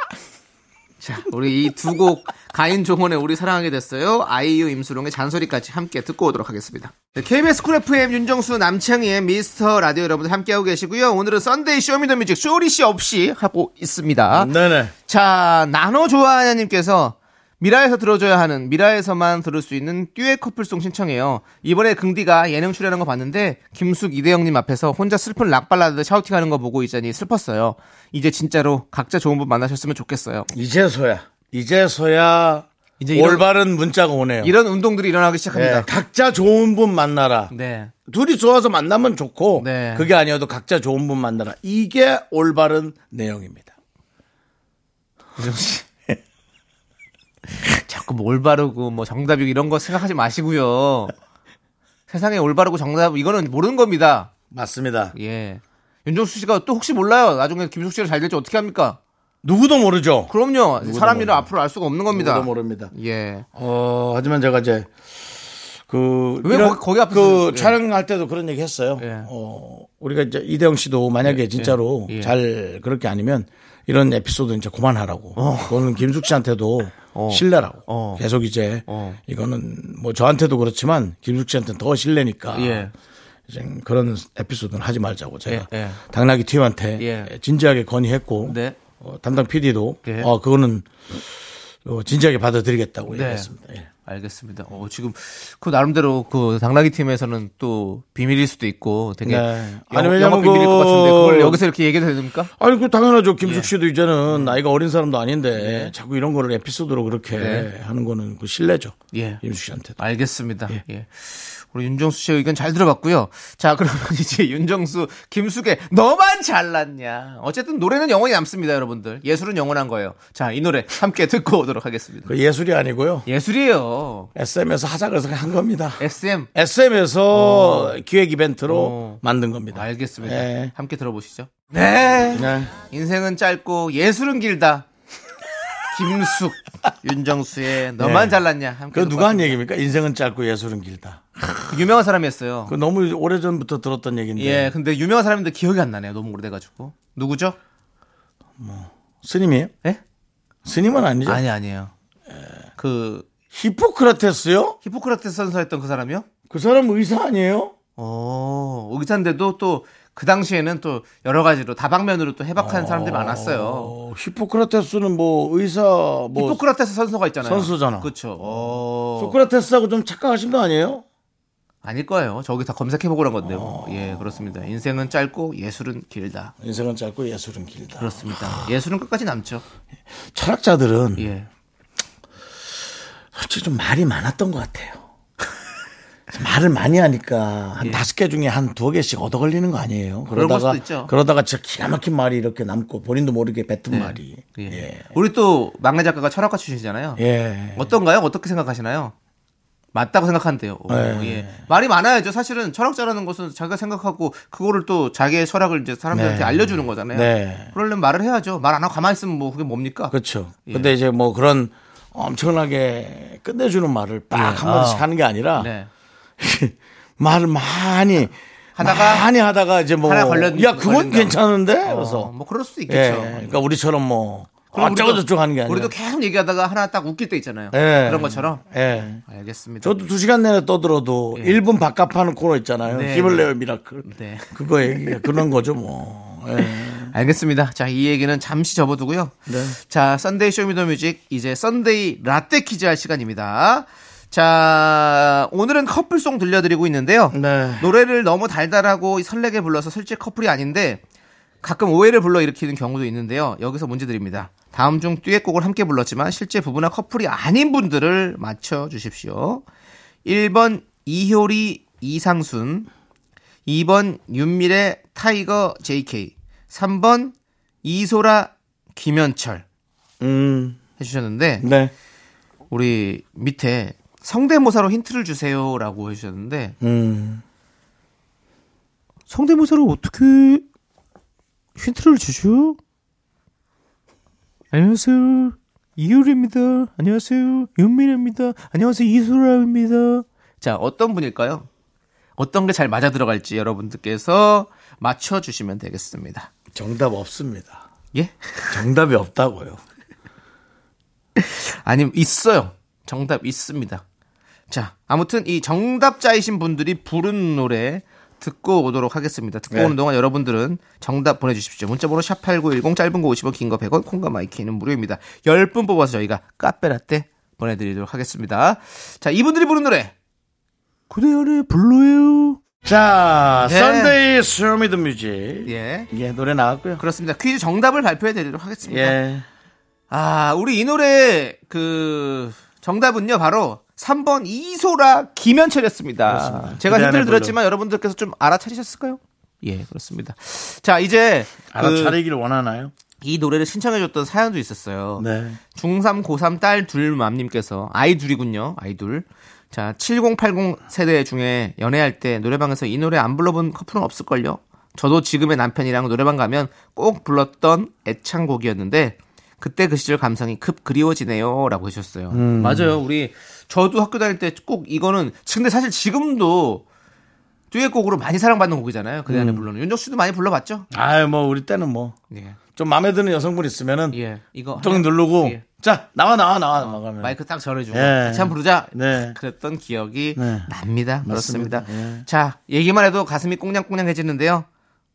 Speaker 8: 자, 우리 이 두 곡 가인 종원의 우리 사랑하게 됐어요. 아이유 임수롱의 잔소리까지 함께 듣고 오도록 하겠습니다. 네, KBS 쿨 FM 윤정수 남창희의 미스터 라디오 여러분들 함께하고 계시고요. 오늘은 썬데이 쇼미더뮤직 쇼리 씨 없이 하고 있습니다.
Speaker 1: 네네.
Speaker 8: 자, 나노 좋아하냐님께서 미라에서 들어줘야 하는 미라에서만 들을 수 있는 듀엣 커플송 신청해요. 이번에 긍디가 예능 출연한 거 봤는데 김숙 이대영님 앞에서 혼자 슬픈 락발라드 샤우팅하는 거 보고 있자니 슬펐어요. 이제 진짜로 각자 좋은 분 만나셨으면 좋겠어요.
Speaker 1: 이제서야, 이제서야
Speaker 8: 이제 이런-
Speaker 1: 올바른 문자가 오네요.
Speaker 8: 이런 운동들이 일어나기
Speaker 1: 예,
Speaker 8: 시작합니다.
Speaker 1: 각자 좋은 분 만나라.
Speaker 8: 네.
Speaker 1: 둘이 좋아서 만나면 좋고
Speaker 8: 네.
Speaker 1: 그게 아니어도 각자 좋은 분 만나라. 이게 올바른 내용입니다.
Speaker 8: 자꾸 뭐 올바르고 뭐 정답이고 이런 거 생각하지 마시고요. 세상에 올바르고 정답 이거는 모르는 겁니다.
Speaker 1: 맞습니다.
Speaker 8: 예. 윤종수 씨가 또 혹시 몰라요. 나중에 김숙 씨가 잘 될지 어떻게 합니까?
Speaker 1: 누구도 모르죠.
Speaker 8: 그럼요. 사람 일을 앞으로 알 수가 없는 겁니다.
Speaker 1: 누구도 모릅니다.
Speaker 8: 예.
Speaker 1: 어, 하지만 제가 이제 그,
Speaker 8: 왜
Speaker 1: 이런-
Speaker 8: 거기- 거기 앞에서-
Speaker 1: 그
Speaker 8: 예.
Speaker 1: 촬영할 때도 그런 얘기 했어요.
Speaker 8: 예.
Speaker 1: 어, 우리가 이제 이대영 씨도 만약에 진짜로
Speaker 8: 예.
Speaker 1: 잘 그렇게 아니면 이런 에피소드 이제 그만하라고. 그거는 김숙 씨한테도
Speaker 8: 어.
Speaker 1: 신뢰라고.
Speaker 8: 어.
Speaker 1: 계속 이제
Speaker 8: 어.
Speaker 1: 이거는 뭐 저한테도 그렇지만 김숙 씨한테는 더 신뢰니까.
Speaker 8: 예.
Speaker 1: 이제 그런 에피소드는 하지 말자고 제가
Speaker 8: 예, 예.
Speaker 1: 당나귀 팀한테
Speaker 8: 예.
Speaker 1: 진지하게 건의했고
Speaker 8: 네.
Speaker 1: 어, 담당 PD도
Speaker 8: 예.
Speaker 1: 어, 그거는 어, 진지하게 받아들이겠다고
Speaker 8: 네.
Speaker 1: 얘기했습니다. 예.
Speaker 8: 알겠습니다. 어, 지금 그 나름대로 그 당나귀 팀에서는 또 비밀일 수도 있고 되게
Speaker 1: 네.
Speaker 8: 영-
Speaker 1: 아니, 왜냐면
Speaker 8: 영업 비밀일 것 같은데
Speaker 1: 그-
Speaker 8: 그걸 여기서 이렇게 얘기해도 됩니까?
Speaker 1: 아니 그
Speaker 8: 예.
Speaker 1: 당연하죠. 김숙 씨도 이제는
Speaker 8: 음.
Speaker 1: 나이가 어린 사람도 아닌데 자꾸 이런 거를 에피소드로 그렇게
Speaker 8: 네.
Speaker 1: 하는 거는 그 신뢰죠.
Speaker 8: 예.
Speaker 1: 김숙 씨한테도.
Speaker 8: 알겠습니다. 예. 우리 윤정수 씨의 의견 잘 들어봤고요. 자, 그러면 이제 윤정수, 김숙의 너만 잘났냐. 어쨌든 노래는 영원히 남습니다, 여러분들. 예술은 영원한 거예요. 자, 이 노래 함께 듣고 오도록 하겠습니다.
Speaker 1: 그 예술이 아니고요.
Speaker 8: 예술이에요.
Speaker 1: SM에서 하자 그래서 한 겁니다.
Speaker 8: SM.
Speaker 1: SM에서 기획 이벤트로
Speaker 8: 어.
Speaker 1: 만든 겁니다.
Speaker 8: 알겠습니다.
Speaker 1: 예.
Speaker 8: 함께 들어보시죠. 네.
Speaker 1: 네.
Speaker 8: 인생은 짧고 예술은 길다. 김숙, 윤정수의 너만
Speaker 1: 네.
Speaker 8: 잘났냐. 함께
Speaker 1: 그 누가 한
Speaker 8: 들어봤습니다.
Speaker 1: 얘기입니까? 인생은 짧고 예술은 길다.
Speaker 8: 유명한 사람이었어요.
Speaker 1: 그 네. 너무 오래 전부터 들었던 얘기인데
Speaker 8: 예, 근데 유명한 사람인데 기억이 안 나네요. 너무 오래돼가지고. 누구죠?
Speaker 1: 스님이에요?
Speaker 8: 예?
Speaker 1: 스님은 아니죠.
Speaker 8: 아니 아니에요. 그
Speaker 1: 히포크라테스요?
Speaker 8: 히포크라테스 선서했던 그 사람이요?
Speaker 1: 그 사람 의사 아니에요?
Speaker 8: 어 의사인데도 또 그 당시에는 또 여러 가지로 다방면으로 또 해박한 사람들이 많았어요.
Speaker 1: 어, 히포크라테스는 뭐 의사 뭐
Speaker 8: 히포크라테스 선서가 있잖아요.
Speaker 1: 선수잖아.
Speaker 8: 그렇죠. 어.
Speaker 1: 소크라테스하고 좀 착각하신 거 아니에요?
Speaker 8: 아닐 거예요. 저기 다 검색해보고란 건데요.
Speaker 1: 어.
Speaker 8: 예, 그렇습니다. 인생은 짧고 예술은 길다.
Speaker 1: 인생은 짧고 예술은 길다. 아.
Speaker 8: 그렇습니다. 예술은 끝까지 남죠.
Speaker 1: 철학자들은
Speaker 8: 예.
Speaker 1: 솔직히 좀 말이 많았던 것 같아요. 말을 많이 하니까 한 다섯 개 중에 한 두어 개씩 얻어 걸리는 거 아니에요?
Speaker 8: 예. 그런 걸
Speaker 1: 그러다가
Speaker 8: 수도 있죠.
Speaker 1: 그러다가 진짜 기가 막힌 말이 이렇게 남고 본인도 모르게 뱉은 그 말이
Speaker 8: 예.
Speaker 1: 예.
Speaker 8: 우리 또 막내 작가가 철학가 출신이잖아요.
Speaker 1: 예.
Speaker 8: 어떤가요? 어떻게 생각하시나요? 맞다고 생각한대요. 오,
Speaker 1: 네.
Speaker 8: 예. 말이 많아야죠. 사실은 철학자라는 것은 자기가 생각하고 그거를 또 자기의 철학을 이제 사람들한테
Speaker 1: 네.
Speaker 8: 알려주는 거잖아요.
Speaker 1: 네.
Speaker 8: 그러려면 말을 해야죠. 말 안 하고 가만히 있으면 뭐 그게 뭡니까?
Speaker 1: 그렇죠.
Speaker 8: 예.
Speaker 1: 근데 이제 뭐 그런 엄청나게 끝내주는 말을 빡 한마디씩 하는 게 아니라
Speaker 8: 예. 네.
Speaker 1: 말을 많이
Speaker 8: 하다가
Speaker 1: 많이 하다가 이제 뭐
Speaker 8: 하나 걸렸-
Speaker 1: 야 그건
Speaker 8: 걸린다고.
Speaker 1: 괜찮은데 그래서
Speaker 8: 어, 뭐 그럴 수도
Speaker 1: 예,
Speaker 8: 있겠죠.
Speaker 1: 그러니까 우리처럼 뭐
Speaker 8: 그럼 우리도-
Speaker 1: 어쩌고 저쩌고 하는 게 아니라
Speaker 8: 우리도 계속 얘기하다가 하나 딱 웃길 때 있잖아요.
Speaker 1: 예.
Speaker 8: 그런 것처럼.
Speaker 1: 예.
Speaker 8: 알겠습니다.
Speaker 1: 저도 두 시간 내내 떠들어도
Speaker 8: 예.
Speaker 1: 일 1분 바깥 하는 코너 있잖아요.
Speaker 8: 네.
Speaker 1: 힘을 내요 미라클.
Speaker 8: 네.
Speaker 1: 그거 얘기 그런 거죠 뭐. 예.
Speaker 8: 음. 알겠습니다. 자, 이 얘기는 잠시 접어두고요. 자, 썬데이 쇼미더뮤직 이제 썬데이 라떼 퀴즈 할 시간입니다. 자, 오늘은 커플송 들려드리고 있는데요.
Speaker 1: 네.
Speaker 8: 노래를 너무 달달하고 설레게 불러서 실제 커플이 아닌데 가끔 오해를 불러일으키는 경우도 있는데요. 여기서 문제 드립니다. 다음 중 듀엣곡을 함께 불렀지만 실제 부부나 커플이 아닌 분들을 맞춰 주십시오. 1번 이효리 이상순 2번 윤미래 타이거 JK 3번 이소라 김현철
Speaker 1: 음.
Speaker 8: 해주셨는데
Speaker 1: 네.
Speaker 8: 우리 밑에 성대모사로 힌트를 주세요라고 해주셨는데
Speaker 1: 음.
Speaker 8: 성대모사로 어떻게 힌트를 주죠? 안녕하세요. 이유리입니다. 안녕하세요. 윤민입니다. 안녕하세요. 이소라입니다. 자, 어떤 분일까요? 어떤 게 잘 맞아 들어갈지 여러분들께서 맞춰주시면 되겠습니다.
Speaker 1: 정답 없습니다.
Speaker 8: 예?
Speaker 1: 정답이 없다고요.
Speaker 8: 아니, 있어요. 정답 있습니다. 자, 아무튼 이 정답자이신 분들이 부른 노래 듣고 오도록 하겠습니다. 듣고
Speaker 1: 네.
Speaker 8: 오는 동안 여러분들은 정답 보내주십시오. 문자번호 샵8910 짧은 거 50원, 긴 거 100원, 콩과 마이키는 무료입니다. 10분 뽑아서 저희가 카페라떼 보내드리도록 하겠습니다. 자, 이분들이 부른 노래. 그대열의 블루예요.
Speaker 1: 자,
Speaker 8: 예.
Speaker 1: 썬데이 쇼미더 뮤직. 예.
Speaker 8: 예.
Speaker 1: 노래 나왔고요.
Speaker 8: 그렇습니다. 퀴즈 정답을 발표해 드리도록 하겠습니다.
Speaker 1: 예.
Speaker 8: 아, 우리 이 노래 그 정답은요. 바로 3번 이소라 김현철이었습니다.
Speaker 1: 그대 안에
Speaker 8: 제가 힌트를
Speaker 1: 불러.
Speaker 8: 드렸지만 여러분들께서 좀 알아차리셨을까요? 예, 그렇습니다. 자, 이제 그,
Speaker 1: 알아차리길 원하나요?
Speaker 8: 이 노래를 신청해 줬던 사연도 있었어요.
Speaker 1: 네.
Speaker 8: 중3, 고3 딸 둘맘님께서 아이 둘이군요. 아이 둘. 자, 7080 세대 중에 연애할 때 노래방에서 이 노래 안 불러본 커플은 없을걸요? 저도 지금의 남편이랑 노래방 가면 꼭 불렀던 애창곡이었는데 그때 그 시절 감성이 급 그리워지네요. 라고 하셨어요. 맞아요. 우리 저도 학교 다닐 때 꼭 이거는 근데 사실 지금도 듀엣곡으로 많이 사랑받는 곡이잖아요. 그대 안에 불러는. 윤정 씨도 많이 불러봤죠?
Speaker 1: 아유, 뭐, 우리 때는 뭐.
Speaker 8: 예.
Speaker 1: 좀 마음에 드는 여성분 있으면은.
Speaker 8: 예. 이거
Speaker 1: 똥
Speaker 8: 하나-
Speaker 1: 누르고.
Speaker 8: 예.
Speaker 1: 자, 나와, 나와, 나와. 나가면.
Speaker 8: 마이크 딱 전해주고
Speaker 1: 예.
Speaker 8: 같이 한번 부르자
Speaker 1: 네.
Speaker 8: 그랬던 기억이
Speaker 1: 네.
Speaker 8: 납니다
Speaker 1: 맞습니다.
Speaker 8: 그렇습니다
Speaker 1: 예.
Speaker 8: 자 얘기만 해도 가슴이 꽁냥꽁냥해지는데요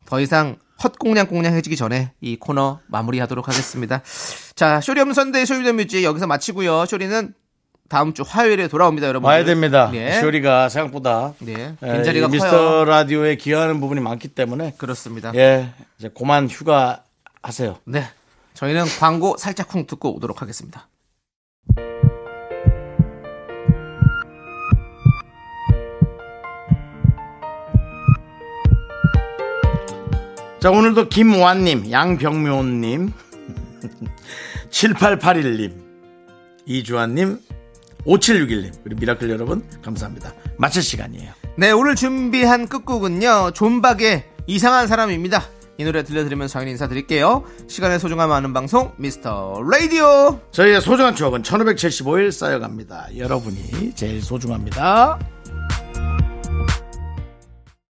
Speaker 8: 더 이상 헛꽁냥꽁냥해지기 전에 이 코너 마무리하도록 하겠습니다 자 쇼리 없는 선데이 쇼리더 뮤직 여기서 마치고요 쇼리는 다음 주 화요일에 돌아옵니다 여러분
Speaker 1: 와야 음. 됩니다.
Speaker 8: 예.
Speaker 1: 쇼리가 생각보다.
Speaker 8: 네.
Speaker 1: 예,
Speaker 8: 빈자리가
Speaker 1: 이
Speaker 8: 커요
Speaker 1: 미스터 라디오에 기여하는 부분이 많기 때문에.
Speaker 8: 그렇습니다
Speaker 1: 예. 이제 고만 휴가 하세요.
Speaker 8: 네 저희는 광고 살짝 쿵 듣고 오도록 하겠습니다
Speaker 1: 자, 오늘도 김완님, 양병묘님, 7881님, 이주환님, 5761님, 우리 미라클 여러분, 감사합니다. 마칠 시간이에요.
Speaker 8: 네, 오늘 준비한 끝곡은요. 존박의 이상한 사람입니다. 이 노래 들려드리면서 저희는 인사드릴게요. 시간의 소중함 아는 방송 미스터 라디오.
Speaker 1: 저희의 소중한 추억은 1575일 쌓여갑니다. 여러분이 제일 소중합니다.